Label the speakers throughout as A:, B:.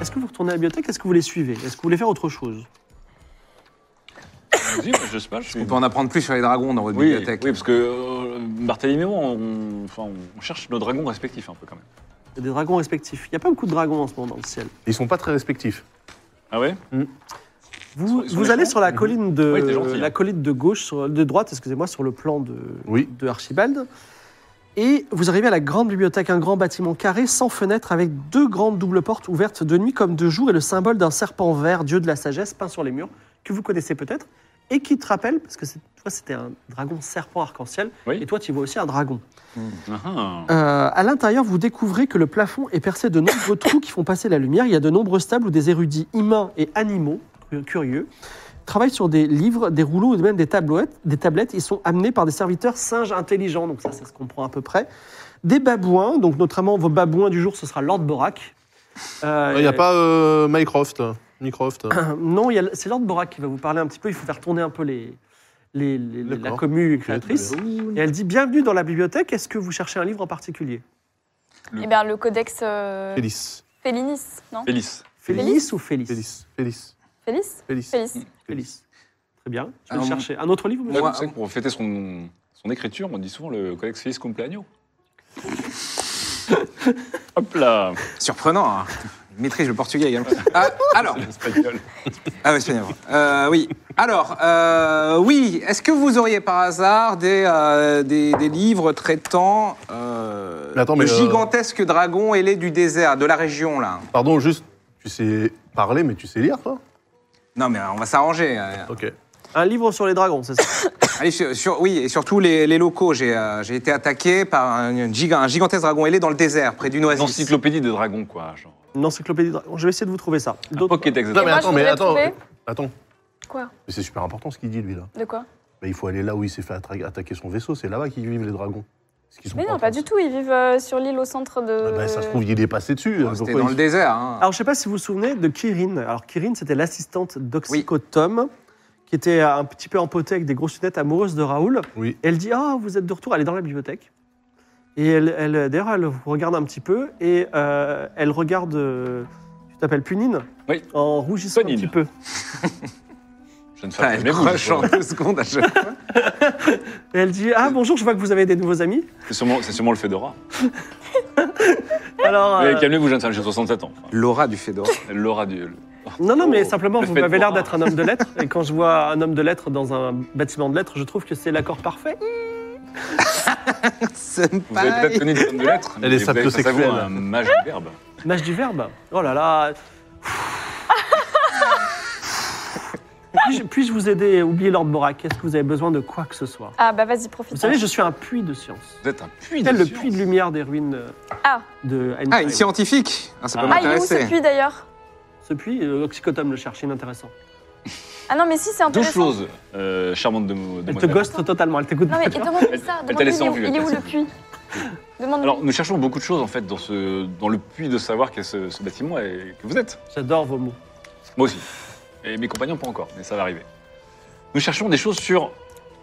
A: Est-ce que vous retournez à la bibliothèque Est-ce que vous les suivez Est-ce que vous voulez faire autre chose
B: Vas-y, moi, je sais pas, je suis...
C: On peut en apprendre plus sur les dragons dans votre
B: Oui,
C: bibliothèque.
B: oui, parce que euh, Barthélemy et moi, on, enfin, on cherche nos dragons respectifs un peu quand même.
A: Il y a des dragons respectifs. Il n'y a pas beaucoup de dragons en ce moment dans le ciel.
D: Ils sont pas très respectifs.
B: Ah ouais
A: Vous,
B: Ils sont- ils
A: vous
B: sont
A: allez
B: méchants
A: sur la colline de
B: Oui, t'es gentil,
A: la
B: hein.
A: colline de gauche, sur- de droite, excusez-moi, sur le plan de,
D: Oui.
A: de Archibald. Et vous arrivez à la grande bibliothèque, un grand bâtiment carré sans fenêtre avec deux grandes doubles portes ouvertes de nuit comme de jour et le symbole d'un serpent vert, dieu de la sagesse, peint sur les murs, que vous connaissez peut-être et qui te rappelle, parce que c'est- toi c'était un dragon serpent arc-en-ciel,
B: Oui.
A: et toi tu vois aussi un dragon.
B: Ah, ah.
A: Euh, à l'intérieur, vous découvrez que le plafond est percé de nombreux trous qui font passer la lumière. Il y a de nombreuses tables où des érudits humains et animaux, cu- curieux, travaillent sur des livres, des rouleaux ou même des tablettes. Des tablettes. Ils sont amenés par des serviteurs singes intelligents, donc ça, ça se comprend à peu près. Des babouins, donc notamment vos babouins du jour, ce sera Lord Borak. Euh,
D: Il n'y a pas euh, Mycroft. Mycroft. hein.
A: euh, Non, il y a- c'est Lord Borak qui va vous parler un petit peu. Il faut faire tourner un peu les, les- les- les- la
D: D'accord.
A: commu
D: Ok, très
A: créatrice. Et elle dit Bienvenue dans la bibliothèque. Est-ce que vous cherchez un livre en particulier
B: Le-
E: Eh bien, le codex euh,
D: Félice.
E: Félinis, non
B: Félix.
A: Félice ou Félice
D: Félice. Félice.
E: Félice
D: Félice. Mm.
E: Félice.
A: Félix. Très bien. Je vais
B: Alors,
A: le chercher. Un autre livre,
B: Moi,
A: monsieur
B: tu sais que pour fêter son, son écriture, on dit souvent le codex Félix Compagno. Hop là
C: Surprenant, hein. Il maîtrise le portugais également. Ah, alors,
B: Espagnol.
C: ah, oui, c'est bien. Euh, oui. Alors, euh, oui, est-ce que vous auriez par hasard des, euh, des, des livres traitant euh,
D: Mais attends,
C: de
D: mais, euh,
C: gigantesques dragons ailés du désert, de la région, là
D: Pardon, juste, tu sais parler, mais tu sais lire, toi
C: Non, mais on va s'arranger. euh.
D: Ok.
A: Un livre sur les dragons, c'est ça
C: Allez, sur- sur- oui, et surtout les, les locaux. J'ai euh, j'ai été attaqué par un, une giga- un gigantesque dragon ailé dans le désert, près d'une
B: Une
C: oasis.
B: encyclopédie des dragons, quoi. Genre.
A: Une encyclopédie de dragons. Je vais essayer de vous trouver ça.
B: Un
A: D'autres-
B: Pokédex des
D: Non, mais
E: moi,
B: dragons.
E: je
D: attends, mais
E: voudrais
D: attends.
E: trouver-
D: Attends.
E: Quoi
D: Mais c'est super important ce qu'il dit, lui, là.
E: De quoi
D: Bah, il faut aller là où il s'est fait attra- attaquer son vaisseau. C'est là-bas qu'ils vivent, les dragons. Parce qu'ils sont
E: Mais non,
D: en
E: pas
D: France.
E: du euh. tout. Ils vivent euh, sur l'île au centre de.
D: Ah bah, ça se trouve, il est passé dessus. hein.
C: Bon, C'était
D: Pourquoi
C: dans
D: il- Ah,
C: le désert. hein.
A: Alors, je ne sais pas si vous vous souvenez de Kirin. Alors, Kirin, c'était l'assistante d'Oxycotome, qui était un petit peu empotée avec des grosses lunettes amoureuses de Raoul.
D: Oui.
A: Elle dit Ah, vous êtes de retour. Elle est dans la bibliothèque. Et elle, elle- d'ailleurs, elle vous regarde un petit peu et euh, elle regarde. euh, tu t'appelles Punine
B: Oui.
A: En rougissant
B: Punine.
A: un petit peu.
B: Je ne fais
C: Ah,
B: pas
C: elle
B: les
C: croche en
B: bouches.
C: deux secondes à chaque fois.
A: Et elle dit Ah, bonjour, je vois que vous avez des nouveaux amis.
B: C'est sûrement, c'est sûrement le Fedora.
A: Alors.
B: Mais
A: euh,
B: calmez-vous, jeune femme, j'ai 67 ans. Enfin,
C: L'aura du Fedora.
B: L'aura du. le-
A: Non, non, mais
B: Oh,
A: simplement,
B: le
A: vous
B: fait de
A: m'avez l'air
B: voir.
A: d'être un homme de lettres. Et quand je vois un homme de lettres dans un bâtiment de lettres, je trouve que c'est l'accord parfait.
B: Vous avez peut-être
C: Senpai.
B: connu des hommes de lettres. mais vous
D: est
B: avez face à vous
D: sapiosexuelle.
B: un mage du verbe.
A: Mage du verbe. Oh là là. Puis-je puis-je vous aider Oubliez Lord Borak. Est-ce que vous avez besoin de quoi que ce soit
E: Ah bah vas-y, profite.
A: Vous savez, je suis un puits de science.
B: Vous êtes un puits de
A: Tel le
B: science.
A: puits de lumière des ruines euh,
E: Ah.
A: de Einstein.
C: Ah, une scientifique ah, Ça peut
B: Ah,
E: Ah, il est où
C: m'intéresser.
E: ce puits d'ailleurs
A: Ce puits, euh, Oxycotome le cherche, inintéressant.
E: Ah non, mais si, c'est
B: Deux
E: intéressant.
B: choses euh, charmantes de mo- de
A: Elle te
B: Monaco.
A: ghoste totalement, elle t'écoute
E: Non, mais
A: pas.
E: demande-lui
B: Elle-
E: ça.
B: elle t'a laissé en
E: Demande-lui, il est où-
B: vue,
E: il est où
B: elle
E: le puits Demande-lui.
B: Alors, nous cherchons beaucoup de choses en fait dans, ce, dans le puits de savoir qu'est ce, ce bâtiment et que vous êtes.
A: J'adore vos mots.
B: Moi aussi. Et mes compagnons pas encore, mais ça va arriver. Nous cherchons des choses sur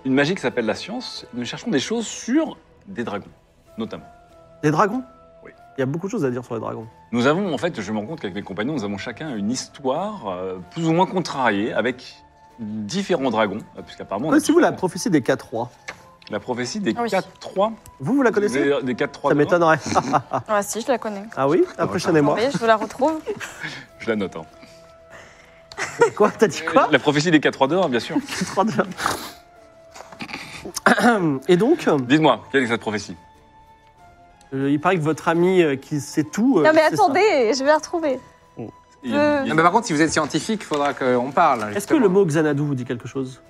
B: une magie qui s'appelle la science. Nous cherchons des choses sur des dragons, notamment.
A: Des dragons
B: Oui.
A: Il y a beaucoup de choses à dire sur les dragons.
B: Nous avons, en fait, je me rends compte qu'avec mes compagnons, nous avons chacun une histoire euh, plus ou moins contrariée avec différents dragons, euh, puisqu'apparemment... on a
A: Connaissez-vous la
B: toujours-
A: prophétie des 4 rois
B: la prophétie des
E: Ah oui.
B: 4-3
A: Vous, vous la connaissez
B: Des, des 4-3
A: Ça m'étonnerait.
E: Ah si, je la connais.
A: Ah oui Impressionnez-moi.
E: Attendez, je vous la retrouve.
B: Je la note. hein.
A: Quoi T'as dit quoi
B: la prophétie des 4-3 dehors, bien sûr.
A: Trois de- Et donc, euh,
B: Dites-moi, quelle est cette prophétie
A: il paraît que votre ami euh, qui sait tout. euh,
E: Non mais
A: c'est ça.
E: attendez, je vais la retrouver.
A: Euh.
B: Il y a- il y
C: Non,
B: a-
C: mais par contre, si vous êtes scientifique, il faudra qu'on parle.
A: Est-ce que le mot Xanadu vous dit quelque chose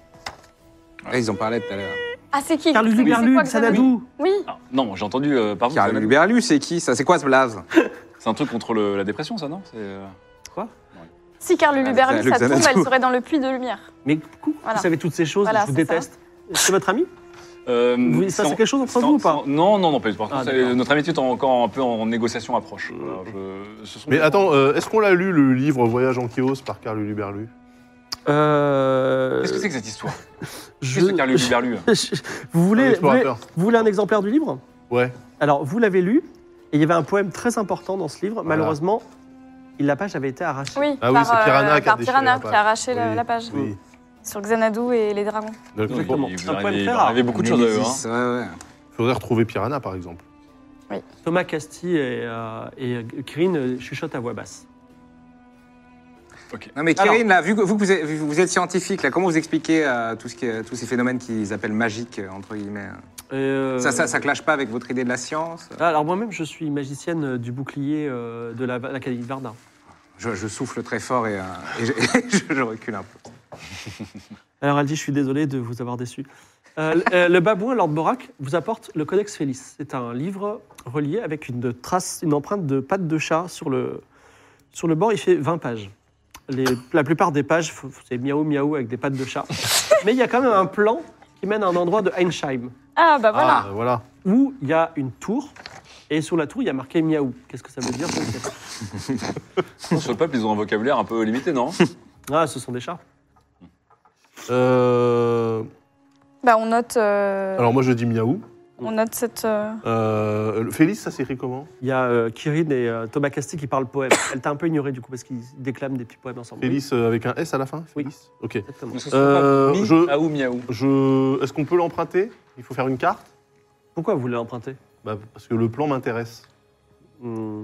C: Ouais, ils en parlaient tout à l'heure.
E: Ah, c'est qui
A: Carlus
E: C'est- c'est
A: Luberlu,
E: quoi que ça donne
A: Xanadu
E: Oui,
B: Ah, non, j'ai entendu euh, par vous.
C: Carl
B: Xanadu.
C: Luberlu, c'est qui ça C'est quoi ce blaze
B: C'est un truc contre le- la dépression, ça, non C'est, euh,
E: si Carl
C: Ah,
E: Luberlu,
C: le
E: ça tombe,
C: Xanadu.
E: elle serait dans le puits de lumière.
A: Mais cou-
E: Voilà.
A: vous savez toutes ces choses,
E: Voilà,
A: je vous
E: c'est ça.
A: déteste. C'est votre ami
B: euh,
A: Vous- Il se
B: sans-
A: passe quelque chose entre vous ou pas
B: sans- Non, non, non, pas du tout. Par
A: Ah,
B: contre,
A: d'accord. Euh,
B: euh, notre amitié est encore un peu en négociation approche. Alors, je- ce sont-
D: Mais attends, euh, est-ce qu'on l'a lu, le livre Voyage en kiosque par Carl Luberlu
A: Euh,
B: Qu'est-ce que c'est que cette histoire
A: je-
B: Qu'est-ce que Carl Luberlu
A: Vous
B: Ah,
A: voulez, vous, voulez,
D: L'explorateur.
A: vous voulez un exemplaire du livre
D: Ouais.
A: Alors, vous l'avez lu, et il y avait un poème très important dans ce livre.
D: Voilà.
A: Malheureusement, il- la page avait été arrachée.
E: Oui,
D: Ah oui,
E: par, euh,
D: c'est Piranha qui a
E: par
D: déchiré
E: Piranha
D: la
E: qui
D: page.
E: a arraché la,
D: Oui,
E: la page
D: Oui.
E: sur Xanadu et les dragons.
D: Donc,
B: Non,
A: Exactement.
B: il- il-
A: C'est un
B: il-
A: poème
B: il-
A: très
B: il
A: rare.
B: arrivait beaucoup de choses à eux. hein.
C: Némésis, ouais, ouais.
D: Faudrait retrouver Piranha, par exemple.
A: Thomas Casti et, euh, et Kirin euh, chuchotent à voix basse.
C: Non mais
A: Alors-
C: Kirin, là, vu que vous, vous êtes, vu que vous êtes scientifique, là, comment vous expliquez euh, tout ce qui est- tous ces phénomènes qu'ils appellent magiques, euh, entre guillemets hein
A: Euh, ah,
C: ça, ça, ça clash pas avec votre idée de la science
A: Alors, moi-même, je suis magicienne euh, du bouclier euh, de la- l'Académie de Varda.
C: je, je souffle très fort et, euh, et je, je- je recule un peu.
A: Alors, elle dit Je suis désolé de vous avoir déçu. Euh, le- euh, le babouin, Lord Borak, vous apporte le Codex Félix. C'est un livre relié avec une trace, une empreinte de patte de chat sur le, sur le bord. Il fait 20 pages. Les- la plupart des pages, f- f- c'est miaou miaou avec des pattes de chat. Mais il y a quand même un plan qui mène à un endroit de Heinsheim
E: Ah, bah voilà.
D: Ah, voilà.
A: où il y a une tour et sur la tour il y a marqué miaou. Qu'est-ce que ça veut dire je ne sais pas.
B: Ce peuple, ils ont un vocabulaire un peu limité, non
A: Ah, ce sont des chats.
D: Euh,
E: Bah, on note, euh,
D: Alors moi je dis miaou.
E: on note cette. euh,
D: Euh, le- Félix, ça s'écrit comment
A: Il y a euh, Kirin et euh, Thomas Casti qui parlent poème. Elle t'a un peu ignoré du coup parce qu'ils déclament des petits poèmes ensemble.
D: Félix euh, avec un S à la fin
A: Oui.
D: Félix Ok.
A: Exactement.
B: Est-ce que ce
D: Euh,
B: sont pas
D: je-
B: Miaou Miaou
D: Je... Est-ce qu'on peut l'emprunter Il faut faire une carte
A: Pourquoi vous voulez emprunter
D: Bah, Parce que le plan m'intéresse.
A: Hmm.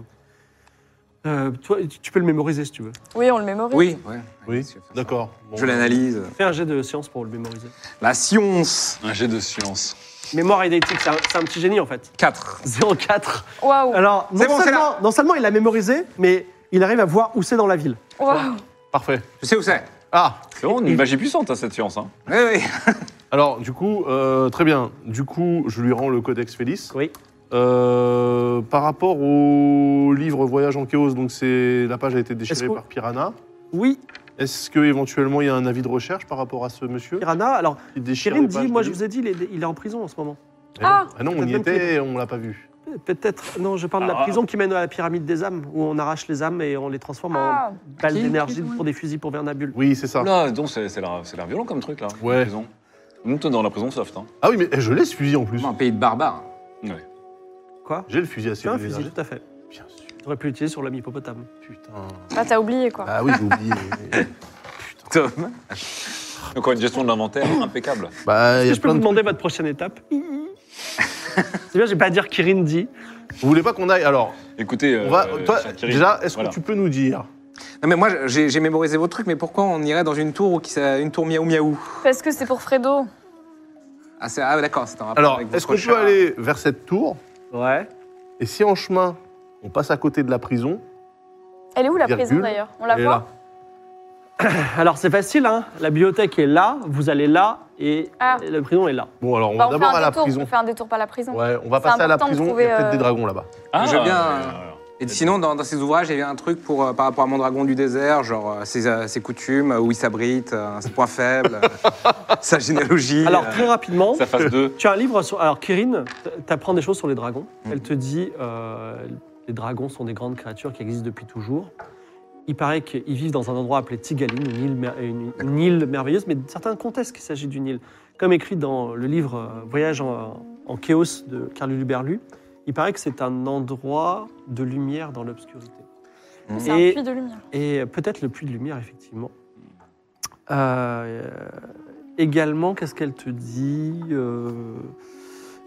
A: Euh, toi, tu- tu peux le mémoriser si tu veux.
E: Oui, on le mémorise.
C: Oui, ouais.
D: Oui D'accord. Bon.
C: Je l'analyse.
A: Fais un jet de science pour le mémoriser.
C: La science
B: Un jet de science.
A: Mémoire eidetique, c'est un, c'est un petit génie en fait.
C: 4.
A: 04.
E: Waouh.
A: Alors, non,
C: C'est bon, c'est
A: seulement, non seulement il l'a mémorisé, mais il arrive à voir où c'est dans la ville.
E: Waouh.
D: Parfait.
C: Je sais où c'est.
D: Ah
B: C'est vraiment une magie puissante, hein, cette science. Hein.
C: Oui, oui.
D: Alors du coup, euh, très bien. Du coup, je lui rends le codex Félix.
A: Oui.
D: Euh, par rapport au livre Voyage en chaos, donc c'est la page a été
A: Est-ce
D: déchirée
A: qu'on-
D: par Piranha.
A: Oui,
D: Est-ce que éventuellement il y a un avis de recherche par rapport à ce monsieur
A: Piranha. Alors,
D: qui déchire
A: Kirin
D: les pages
A: dit
D: de
A: moi je
D: livre
A: vous ai dit, il est, il est en prison en ce moment.
D: Ah,
E: Ah.
D: non, on
A: Peut-être
D: y
A: même
D: était, on l'a pas vu.
A: Pe- Peut-être. Non, je parle de la
B: Ah.
A: prison qui mène à la pyramide des âmes, où on arrache les âmes et on les transforme
D: euh,
E: Ah.
A: en balles
C: Qui-
A: d'énergie
C: prison,
A: pour des fusils pour Vernabule.
D: Oui, c'est ça.
B: Là, donc, c'est c'est l'air c'est l'air violent comme truc, là.
D: Ouais.
B: la prison. Nous, t'es dans la prison soft. Hein.
D: Ah oui, mais eh, je l'ai le fusil en plus.
C: Vraiment un pays de barbares.
B: Ouais.
A: Quoi
D: J'ai le fusil
A: Tu
D: à
A: as
D: ciel
A: un
D: d'énergie.
A: fusil, tout à fait.
D: Bien sûr,
A: J'aurais pu l'utiliser sur l'homme hippopotame.
D: putain.
E: Bah, t'as oublié, quoi.
D: Ah oui, j'ai oublié.
C: Tom.
B: Encore une gestion de l'inventaire impeccable.
D: bah, il
A: Est-ce
D: y a
A: que je peux
D: plein
A: vous
D: de...
A: demander votre prochaine étape C'est bien, je vais pas dire Kirin dit.
D: Vous voulez pas qu'on aille Alors,
B: Écoutez,
D: on va...
B: euh,
D: toi,
B: cher Thierry,
D: déjà, est-ce
B: voilà.
D: que tu peux nous dire
C: Non mais moi j'ai j'ai mémorisé vos trucs, mais pourquoi on irait dans une tour où qui s'a- une tour miaou miaou
E: Parce que c'est pour Fredo.
C: Ah, c'est- ah, d'accord, c'est un rapport
D: Alors,
C: avec
D: est-ce qu'on
C: votre
D: peut
C: chat.
D: aller vers cette tour
A: Ouais.
D: Et si en chemin, on passe à côté de la prison
E: Elle est où la
D: Virgule,
E: prison d'ailleurs On la
D: elle est
E: voit
D: là.
A: Alors c'est facile, hein la bibliothèque est là, vous allez là et
E: Ah.
A: le prison est là.
D: Bon, alors on
E: Bah,
D: va
E: on, fait
D: d'abord
E: un
D: à la
E: détour, on
D: prison.
E: fait un détour par la prison.
D: Ouais, on va
E: C'est
D: passer à la
E: important de
D: prison, il y
E: trouver,
D: a peut-être
E: euh,
D: des dragons là-bas.
B: Ah,
C: Je veux bien,
B: mais,
C: euh,
B: alors,
C: Et sinon, dans, dans ses ouvrages, il y avait un truc pour, euh, par rapport à Mondragon du désert, genre euh, ses, euh, ses coutumes, euh, où il s'abrite, euh, ses points faibles, euh, sa généalogie.
A: Alors
C: euh,
A: très rapidement,
B: Sa phase 2.
A: tu as un livre sur... Alors Kirin t- t'apprends des choses sur les dragons. Elle te dit, euh, les dragons sont des grandes créatures qui existent depuis toujours. Il paraît qu'ils vivent dans un endroit appelé Tigaline, une île, mer- une- une île merveilleuse, mais certains contestent qu'il s'agit d'une île. Comme écrit dans le livre euh, Voyage en, en chaos de Carl Luberlu, il paraît que c'est un endroit de lumière dans l'obscurité.
E: C'est
A: Et-
E: un puits de lumière.
A: Et peut-être le puits de lumière, effectivement. Euh, également, qu'est-ce qu'elle te dit Euh,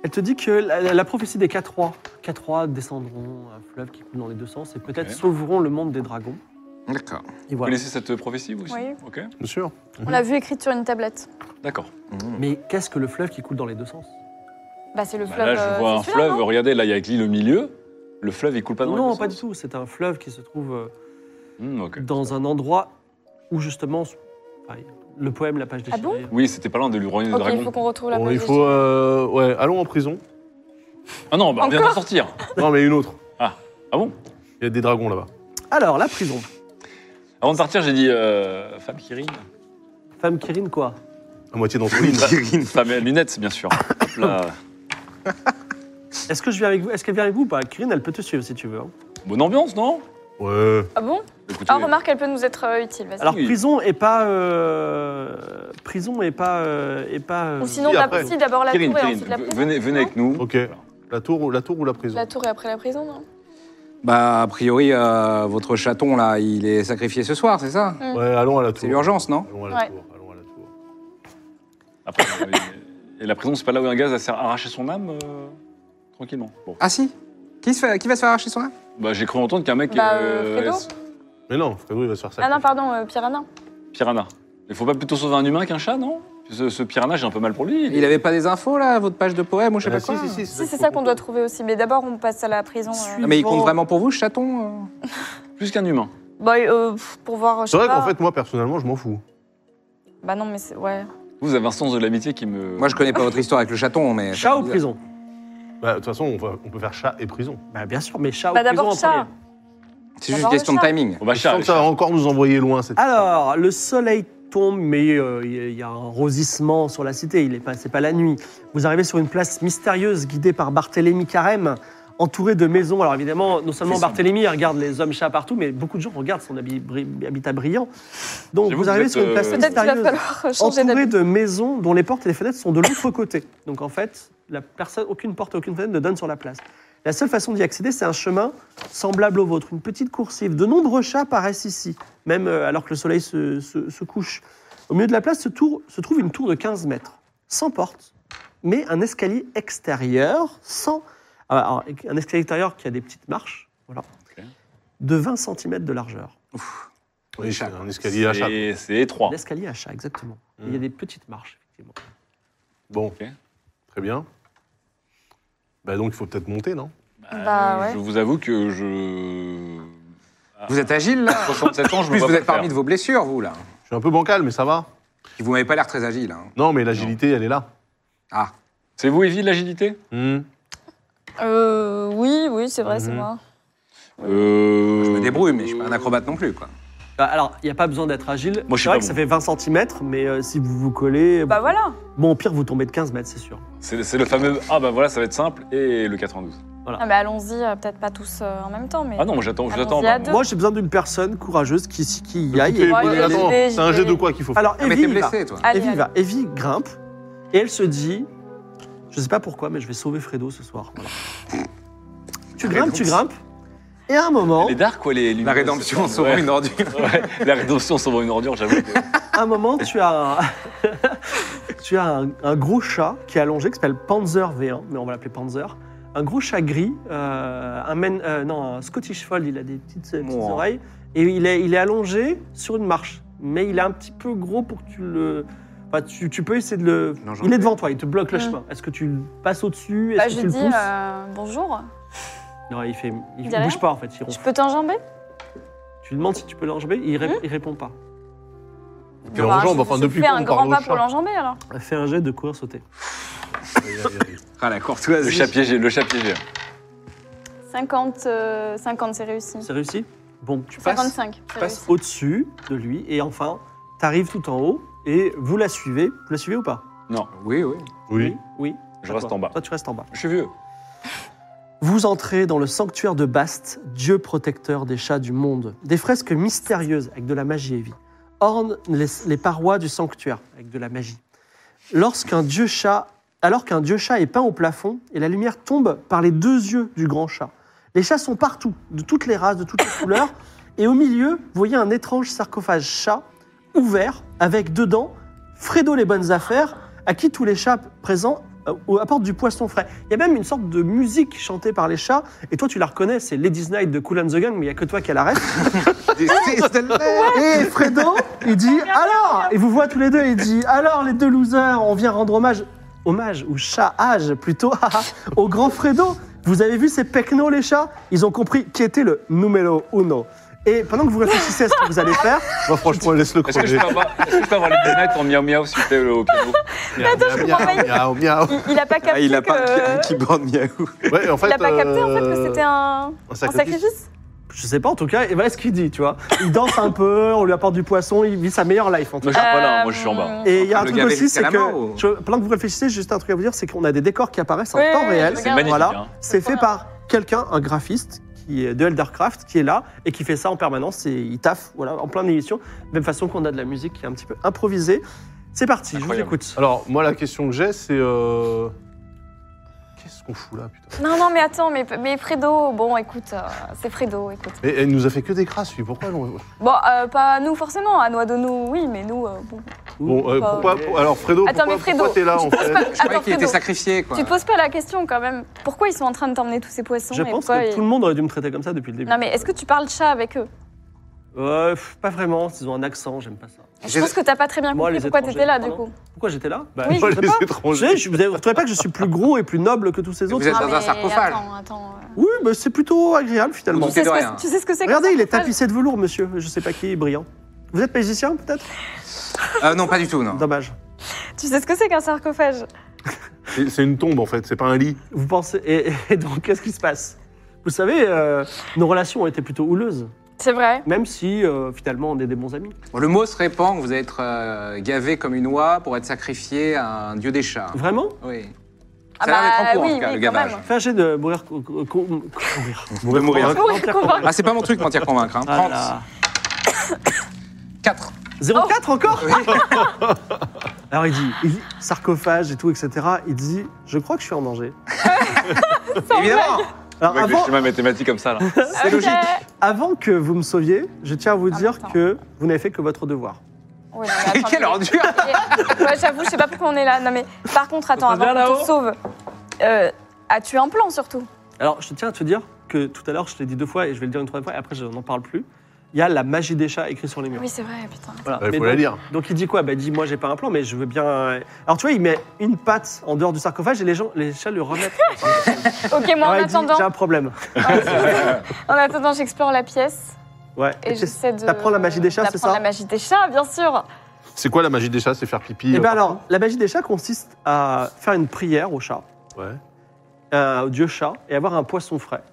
A: Elle te dit que la, la prophétie des quatre rois, quatre rois descendront un fleuve qui coule dans les deux sens et peut-être
B: Ok.
A: sauveront le monde des dragons.
C: euh. D'accord.
A: Et
B: Vous
A: voilà.
B: connaissez cette prophétie, vous aussi
E: Oui.
B: Ok,
D: Bien sûr.
E: On l'a vu écrite sur une tablette.
B: d'accord.
A: Mais qu'est-ce que le fleuve qui coule dans les deux sens
E: Bah, c'est le
B: Bah,
E: fleuve.
B: là, je
E: euh,
B: vois
E: c'est
B: un
E: celui-là,
B: fleuve.
E: non
B: Regardez, là, il y a avec l'île au milieu. Le fleuve, il coule pas dans les
A: Non,
B: deux
A: pas
B: sens.
A: du tout. C'est un fleuve qui se trouve euh,
B: Hmm, ok.
A: dans un endroit où justement enfin, le poème, la page
E: Ah
A: déchirée.
E: bon
B: Oui, c'était pas loin de l'Uranie des
E: Ok, il faut
B: Dragons.
E: qu'on retrouve la
D: Bon,
E: page.
D: il faut. euh, ouais, allons en prison.
B: Ah non, bah, on vient d'en
E: Encore
B: sortir.
D: Non, mais une autre.
B: Ah bon
D: Il y a des dragons là-bas.
A: Alors, la prison.
B: Avant de partir, j'ai dit euh, femme qui rime.
A: Femme Kirin, quoi
D: À moitié dans
B: Oui, une femme à lunettes, bien sûr. Hop là.
A: Est-ce que je viens avec vous Est-ce qu'elle vient avec vous ou pas Kirin, elle peut te suivre si tu veux. hein.
B: Bonne ambiance, non
D: Ouais.
E: Ah bon
B: Écoutez,
E: Ah, remarque, elle peut nous être euh, utile, vas-y.
A: Alors,
B: Oui.
A: prison et pas. euh, Prison et pas. euh, et pas euh,
E: Ou sinon,
D: oui,
E: d'ab-
D: après.
E: si, d'abord la
B: Kirin,
E: tour et
B: Kirin,
E: ensuite la
B: v-
E: prison.
B: venez, venez
E: non
B: avec nous.
D: Ok. La tour, ou- la tour ou la prison
E: La tour et après la prison, non
C: Bah, a priori, euh, votre chaton, là, il est sacrifié ce soir, c'est ça
D: Ouais, allons à la tour.
C: C'est l'urgence, non
D: Allons à la
E: Ouais.
D: tour. Allons à la tour.
B: Après, euh, et et la prison, c'est pas là où un gaz a s'est arraché son âme euh, Tranquillement. Bon.
C: Ah si qui, se fait- qui va se faire arracher son âme
B: Bah, j'ai cru entendre qu'un mec.
E: Bah, euh, Fredo
B: est-
D: Mais non, Fredo, il va se faire ça.
E: Ah non, pardon, euh, Piranha.
B: Piranha. Il faut pas plutôt sauver un humain qu'un chat, non ce, ce piranha, j'ai un peu mal pour lui.
C: Il avait pas des infos, là, votre page de poème ou je sais pas quoi
D: Eh, Euh, si, si, si,
E: Si, c'est ça qu'on doit trouver aussi. Mais d'abord, on passe à la prison. euh.
C: Ah, Mais il compte vraiment pour vous, ce chaton euh
B: Plus qu'un humain.
E: Bah, euh, pff, pour voir.
D: C'est
E: je sais
D: vrai
E: pas.
D: qu'en fait, moi, personnellement, je m'en fous.
E: Bah non, mais c'est. Ouais.
B: Vous avez un sens de l'amitié qui me.
C: Moi, je connais pas votre histoire avec le chaton, mais...
A: Chat ou prison
D: Bah, De toute façon, on, va- on peut faire chat et prison.
A: Bah, bien sûr, mais chat
E: Bah,
A: ou prison
E: d'abord
A: en
E: chat.
A: premier.
C: C'est juste
E: D'abord
C: une
E: le
C: question de
E: chat.
C: timing.
B: On va
D: je sens
B: Bah, chat.
D: que ça va encore nous envoyer loin cette
A: Alors, le soleil tombe, mais euh, il y a- il y a un rosissement sur la cité, il n'est pas, c'est pas la nuit. Vous arrivez sur une place mystérieuse guidée par Barthélemy Carême, entourée de maisons. Alors évidemment, non seulement
B: C'est ça.
A: Barthélemy il regarde les hommes chats partout, mais beaucoup de gens regardent son habit- bri- habitat brillant. Donc
B: J'avoue
A: vous
B: que
A: arrivez
B: vous
A: sur une
B: êtes,
A: place
B: euh,
E: Peut-être qu'il va
A: mystérieuse,
E: falloir changer
A: entourée
E: d'habit.
A: de maisons dont les portes et les fenêtres sont de l'autre côté. Donc en fait, la personne, aucune porte, aucune fenêtre ne donne sur la place. La seule façon d'y accéder, c'est un chemin semblable au vôtre, une petite coursive. De nombreux chats paraissent ici, même euh, alors que le soleil se, se- se couche. Au milieu de la place se, tour- se trouve une tour de 15 mètres, sans porte, mais un escalier extérieur, sans... ah, alors, un escalier extérieur qui a des petites marches, voilà,
B: Ok.
A: de 20 cm de largeur.
D: Oui, c'est
C: Chat.
D: un escalier à chat.
B: C'est- C'est étroit.
A: Un escalier à chat, exactement. Et Il y a des petites marches, effectivement.
D: Bon,
B: Ok.
D: très bien. Bah donc, il faut peut-être monter, non
E: Bah, ouais.
B: Euh, Je vous avoue que je.
C: Vous êtes agile, là
B: 67 ans, je me
C: En plus,
B: vois
C: vous
B: pas
C: êtes parmi
B: le
C: de vos blessures, vous, là.
D: Je suis un peu bancal, mais ça va.
C: Vous m'avez pas l'air très agile. hein.
D: Non, mais l'agilité, elle est là.
C: Ah,
B: faire. C'est vous, Evie, l'agilité
D: Hmm.
E: Euh, oui, oui, c'est vrai, c'est
D: Mhm.
E: moi.
B: Euh.
C: je me débrouille, mais je suis pas un acrobate non plus, quoi.
A: Bah, Alors, il n'y a pas besoin d'être agile.
B: Moi,
A: c'est
B: je suis
A: vrai
B: pas
A: que
B: bon.
A: ça fait 20 cm, mais euh, si vous vous collez,
E: Bah voilà.
A: bon, au pire, vous tombez de 15 mètres, c'est sûr.
B: C'est c'est le fameux. Ah bah voilà, ça va être simple. Et le 92.
E: Ah, mais allons-y, euh, peut-être pas tous euh, en même temps, mais.
B: Ah non, moi j'attends.
E: Allons-y
B: j'attends.
E: à
B: pardon.
E: deux.
A: Moi, j'ai besoin d'une personne courageuse qui, qui y aille.
D: Écoutez,
A: Et-
E: Ouais,
D: bon,
E: il est
D: attends,
E: blessé,
D: c'est un jet
E: il est-
D: de quoi qu'il faut faire
A: Alors,
C: Ah, mais
A: Evie,
C: t'es
A: y va.
C: blessé, toi.
E: Allez,
A: Evie y
E: allez.
A: va. Evie grimpe et elle se dit Je sais pas pourquoi, mais je vais sauver Fredo ce soir. Voilà. tu grimpes, tu grimpes. Et à un moment,
B: Les dark ou les
C: La rédemption
B: sur
C: sauve une ordure.
B: La rédemption sauve une ordure, j'avoue. que-
A: à un moment tu as un, tu as un, un gros chat qui est allongé, qui s'appelle Panzer V1, mais on va l'appeler Panzer. Un gros chat gris, euh, un, Maine- euh, non, un Scottish Fold, il a des petites, euh, petites
C: Mouah.
A: oreilles. Et il est, il est allongé sur une marche, mais il est un petit peu gros pour que tu le... Enfin, tu, tu peux essayer de le...
C: Non, j'en
A: il est
C: peux.
A: devant toi, il te bloque le
E: Mm.
A: chemin. Est-ce que tu le passes au-dessus Est-ce
E: Bah,
A: que
E: je
A: tu le
E: dis
A: pousses
E: euh, bonjour.
A: Non, il fait, il
E: Il a rien
A: bouge pas en fait. il
E: Je
A: ronfle.
E: peux t'enjamber
A: Tu lui demandes si tu peux l'enjamber, il,
E: Hum.
A: ré- il répond pas.
D: Tu l'enjambes, enfin, depuis
E: Fais
D: quand
E: un
D: on
E: grand
D: parle
E: pas
D: au
E: pour
D: chat
E: l'enjamber alors.
A: Fais un jet de courir sauter.
D: Aïe, aïe, aïe.
C: Ah, la courtoisie.
B: Le chat piégé, le chat piégé.
E: 50, euh, 50 c'est réussi.
A: C'est réussi Bon, tu passes.
E: 55, c'est
A: passe
E: réussi.
A: au-dessus de lui et enfin, t'arrives tout en haut et vous la suivez. Vous la suivez ou pas
C: Oui, oui.
D: Oui.
A: Oui.
B: Je
A: D'accord.
B: reste en bas.
A: Toi, tu restes en bas.
B: Je suis vieux.
A: Vous entrez dans le sanctuaire de Bast, dieu protecteur des chats du monde. Des fresques mystérieuses avec de la magie Evie ornent les, les parois du sanctuaire avec de la magie. Lorsqu'un dieu chat, alors qu'un dieu chat est peint au plafond et la lumière tombe par les deux yeux du grand chat. Les chats sont partout, de toutes les races, de toutes les couleurs, et au milieu, vous voyez un étrange sarcophage chat ouvert avec dedans Fredo les bonnes affaires, à qui tous les chats présents euh, apportent du poisson frais. Il y a même une sorte de musique chantée par les chats, et toi tu la reconnais, c'est Ladies Night de Cool and the Gang, mais il n'y a que toi qui la reste.
C: Des- des- des-
A: Et Fredo, il dit alors, il vous voit tous les deux, il dit alors les deux losers, on vient rendre hommage, hommage ou chat âge plutôt, au grand Fredo. Vous avez vu ces pecnos les chats Ils ont compris qui était le numero uno. Et pendant que vous réfléchissez à ce que vous allez faire,
D: Bah, franchement, laisse-le
B: Est-ce que, je
D: crever.
B: peux avoir- est-ce que je peux avoir les lunettes en miaou miaou s'il vous plaît au
A: Euh,
B: piano
E: Attends, je comprends pas.
D: Miaou, miaou.
E: Il, Ah, il a pas capté
C: Ah, il a pas un
E: que...
C: keyboard Yahoo.
D: Ouais, en fait,
E: Il a pas capté en fait
D: euh,
E: que c'était un...
D: un
E: un
D: sacrifice.
E: sacrifice
A: je sais pas en tout cas, et voilà ce qu'il dit, tu vois. Il danse un peu, on lui apporte du poisson, il vit sa meilleure life en tout
B: Moi,
A: cas.
B: je suis pas là, Ah, hein, moi, je suis en
E: Euh,
B: bas.
A: Et il y a un
C: Le
A: truc
C: gars avec
A: aussi, c'est que
C: Calama, ou-
A: je- pendant que vous réfléchissez, j'ai juste un truc à vous dire, c'est qu'on a des décors qui apparaissent en
E: Oui,
A: temps
E: oui,
A: réel.
E: je
B: C'est magnifique.
A: Voilà,
B: hein.
A: c'est fait
E: Voilà.
A: par quelqu'un, un graphiste qui est de Eldercraft, qui est là et qui fait ça en permanence. Et il taffe, voilà, en plein émission. Même façon qu'on a de la musique qui est un petit peu improvisée. C'est parti,
B: Incroyable.
A: je vous écoute.
D: Alors, moi, la question que j'ai, c'est. euh, Qu'est-ce qu'on fout là, putain
E: Non, non, mais attends, mais, mais Fredo, bon, écoute, euh, c'est Fredo, écoute.
D: Mais elle nous a fait que des crasses, lui. Pourquoi elle en-
E: Bon, euh, pas à nous forcément, à Noix de nous, oui, mais nous, euh, bon.
D: Bon, euh,
E: Pas-
D: pourquoi. pour- Alors, Fredo,
E: Attends,
D: pourquoi,
E: mais Fredo,
D: pourquoi t'es là,
E: tu
D: en
E: penses
D: fait
E: pas-
C: Je croyais
E: Attends,
C: qu'il était
E: Fredo,
C: sacrifié, quoi.
E: tu te poses pas la question quand même. Pourquoi ils sont en train de t'emmener tous ces poissons
A: Je
E: et
A: pense
E: pourquoi
A: que
E: ils-
A: tout le monde aurait dû me traiter comme ça depuis le début.
E: Non, mais est-ce que tu parles chat avec eux
A: Euh, pff, pas vraiment, ils ont un accent, j'aime pas ça.
E: Je
C: J'ai-
E: pense que t'as pas très bien
A: Moi,
E: compris
A: les
E: pourquoi
A: étrangers,
E: t'étais là, du
A: pardon.
E: coup.
A: Pourquoi j'étais là Bah,
E: Oui.
A: je
D: Pourquoi
A: sais pas.
D: les
A: Je
D: étrangers
A: sais, je- vous ne trouvez pas que je suis plus gros et plus noble que tous ces autres
C: êtes
E: Ah,
C: dans un
E: mais
C: sarcophage.
E: Attends, attends. euh.
A: Oui, mais c'est plutôt agréable finalement.
C: Vous
E: Tu sais,
C: de
E: ce
C: rien.
E: que, tu sais ce que c'est que
A: Regardez,
E: ça,
A: il est
E: sarcophage
A: tapissé de velours, monsieur. Je sais pas qui, brillant. Vous êtes magicien peut-être
C: Euh, non, pas du tout, non.
A: Dommage.
E: Tu sais ce que c'est qu'un sarcophage
D: C'est c'est une tombe, en fait, c'est pas un lit.
A: Vous pensez. Et, et donc, qu'est-ce qui se passe Vous savez, euh, nos relations ont été plutôt houleuses,
E: C'est vrai.
A: même si euh, finalement on est des bons amis.
C: Bon, le mot se répand, vous allez être euh, gavé comme une oie pour être sacrifié à un dieu des chats.
A: Vraiment
C: Oui.
E: Ah
C: Ça a l'air d'être en
E: bah
C: cours, en
E: oui,
C: tout cas,
E: oui,
C: le
E: quand
C: gavage.
E: même.
A: Fais un jet de mourir. co- co- co- mourir.
D: Mourir, mourir.
E: Courir, courir.
C: Ah, c'est pas mon truc, mentir, convaincre. Hein.
A: Ah
C: 30.
A: là.
C: 4.
A: 04 encore Alors il dit, il dit sarcophage et tout, etc. Il dit Je crois que je suis en danger.
C: Évidemment
A: Alors,
B: Avec des
A: avant, euh,
B: schémas mathématiques comme ça, là.
C: C'est logique.
E: Ok.
A: avant que vous me sauviez, je tiens à vous
E: Ah,
A: dire
E: putain.
A: que vous n'avez fait que votre devoir.
E: Oui, non, mais attends,
C: Quelle
E: mais-
C: ordure
E: Ouais, j'avoue, je sais pas pourquoi on est là. Non, mais par contre, attends,
B: On se
E: avant
B: met
E: qu'on te
B: là-haut
E: sauve, euh, as-tu un plan surtout
A: Alors, je tiens à te dire que tout à l'heure, je l'ai dit deux fois et je vais le dire une troisième fois et après, je n'en parle plus. Il y a la magie des chats écrite sur les murs.
E: Oui, c'est vrai, putain.
A: Voilà.
D: Il
A: Mais
D: faut la
A: donc-
D: lire.
A: Donc il dit quoi Bah il dit moi j'ai pas un plan mais je veux bien. euh, Alors tu vois il met une patte en dehors du sarcophage et les gens les chats le remettent.
E: Ok, moi, en
A: Alors, il dit,
E: attendant,
A: j'ai un problème.
E: en attendant, j'explore la pièce
A: Ouais.
E: et
A: tu-
E: j'essaie de.
A: T'apprends la magie des chats, c'est
E: d'apprendre
A: ça
E: la magie des chats, bien sûr.
D: C'est quoi la magie des chats C'est faire pipi
A: Eh
D: euh,
A: ben alors la magie des chats consiste à faire une prière au chat,
D: Ouais.
A: euh, au dieu chat et avoir un poisson frais.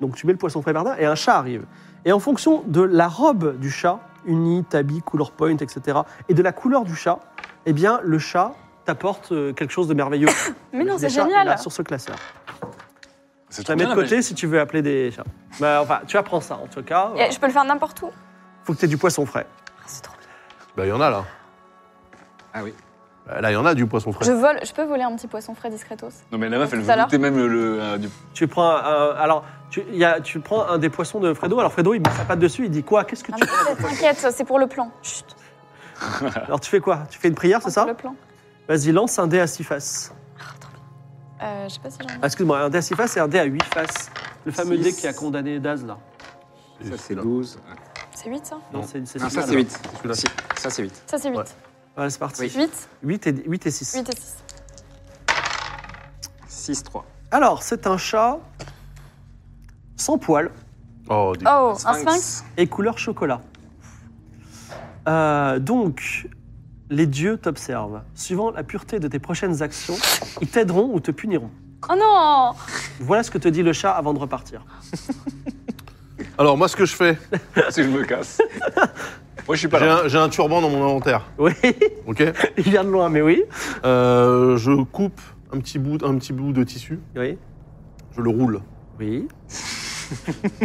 A: Donc tu mets le poisson frais par là et un chat arrive. Et en fonction de la robe du chat, uni, tabi, color point, etc. et de la couleur du chat, eh bien le chat t'apporte euh, quelque chose de merveilleux.
E: Mais non,
A: Le
E: c'est
A: chat est
E: génial.
A: là, sur ce classeur.
B: C'est
A: Tu la
B: trop
A: mets
B: bien,
A: de
B: la
A: côté
B: magie.
A: si tu veux appeler des chats. Bah, enfin, tu apprends ça en tout cas.
E: Et je peux le faire n'importe où.
A: Faut que tu aies du poisson frais.
E: Ah, c'est trop bien.
D: Bah, il y en a là.
C: Ah oui.
D: Bah, Là, il y en a du poisson frais.
E: Je vole, je peux voler un petit poisson frais discretos.
B: Non, mais la meuf, elle
E: Tout à
B: veut
E: l'heure.
B: goûter même le- le. euh, du-
A: Tu prends, euh, alors, tu, il y a- tu prends un des poissons de Fredo. Alors Fredo, il met sa patte dessus. Il dit quoi Qu'est-ce que
E: Ah,
A: tu
E: mais
A: fais
E: t'inquiète, t'inquiète, c'est pour le plan. Chut,
A: Alors tu fais quoi Tu fais une prière, c'est
E: pour
A: ça
E: le plan.
A: Vas-y, lance un dé à six faces.
E: Euh, je sais pas si j'en ai.
A: Ah, Excuse-moi, un dé à six faces et un dé à huit faces. Le fameux
C: Six.
A: dé qui a condamné Daz là.
C: Ça, c'est 12.
E: C'est 8 ça
A: Non,
D: Non.
A: c'est c'est
C: Non,
A: six,
C: Ah, ça,
A: là.
C: c'est 8.
D: Celui-là.
C: Ça, c'est 8.
E: Ça c'est 8.
D: Ouais.
A: Voilà, c'est parti.
E: 8,
A: 8 et 8 et 6.
E: 8 et 6.
C: 6, 3.
A: Alors, c'est un chat sans poils
D: Oh, des-
E: Oh, un sphinx
A: et couleur chocolat. Euh, donc, les dieux t'observent. Suivant la pureté de tes prochaines actions, ils t'aideront ou te puniront.
E: Oh non
A: Voilà ce que te dit le chat avant de repartir.
D: Alors, moi, ce que je fais,
B: Si je me casse. Moi, je suis pas
D: j'ai
B: là.
D: un, j'ai un turban dans mon inventaire.
A: Oui,
D: Ok
A: il vient de loin, mais oui.
D: Euh, Je coupe un petit, bout, un petit bout de tissu,
A: Oui,
D: je le roule.
A: oui,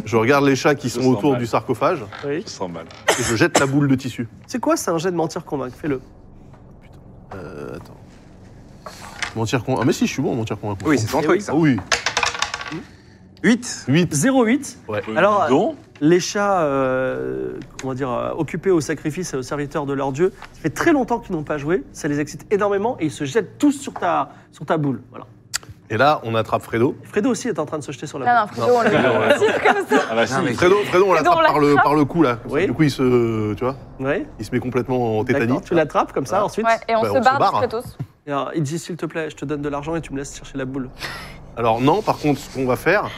D: Je regarde les chats qui
B: Je
D: sont
B: sens
D: autour
B: mal.
D: du sarcophage
A: oui.
B: Je sens mal.
D: et je jette la boule de tissu.
A: C'est quoi, c'est un jet de mentir convaincre Fais-le.
D: Euh, attends. Mentir con. Ah, mais si, je suis bon, en mentir convaincu.
C: Oui, c'est ton
D: Ah
C: truc, ça.
D: Oui,
C: 8.
D: 8.
A: 08. Alors,
B: Alors. Donc,
A: Les chats, euh, comment dire, euh, occupés au sacrifice et aux serviteurs de leur dieu, ça fait très longtemps qu'ils n'ont pas joué. Ça les excite énormément et ils se jettent tous sur ta, sur ta boule. Voilà.
D: Et là, on attrape Fredo.
A: Fredo aussi est en train de se jeter sur la
E: Non,
A: boule.
E: non, Fredo, on le tire comme ça.
B: ah bah si.
C: Non, mais-
D: Fredo, Fredo on l'attrape
E: on
D: par le, par le cou, là.
A: Oui.
D: Du coup, il se. Tu vois
A: Oui,
D: Il se met complètement en
A: d'accord.
D: tétanie.
A: Tu l'attrapes comme ça
D: Voilà.
A: ensuite.
E: Ouais, et on
D: Bah,
E: se
D: on se
E: barre
D: barre, hein.
E: discretos.
A: Et alors, il dit s'il te plaît, je te donne de l'argent et tu me laisses chercher la boule.
D: Alors, non, par contre, ce qu'on va faire,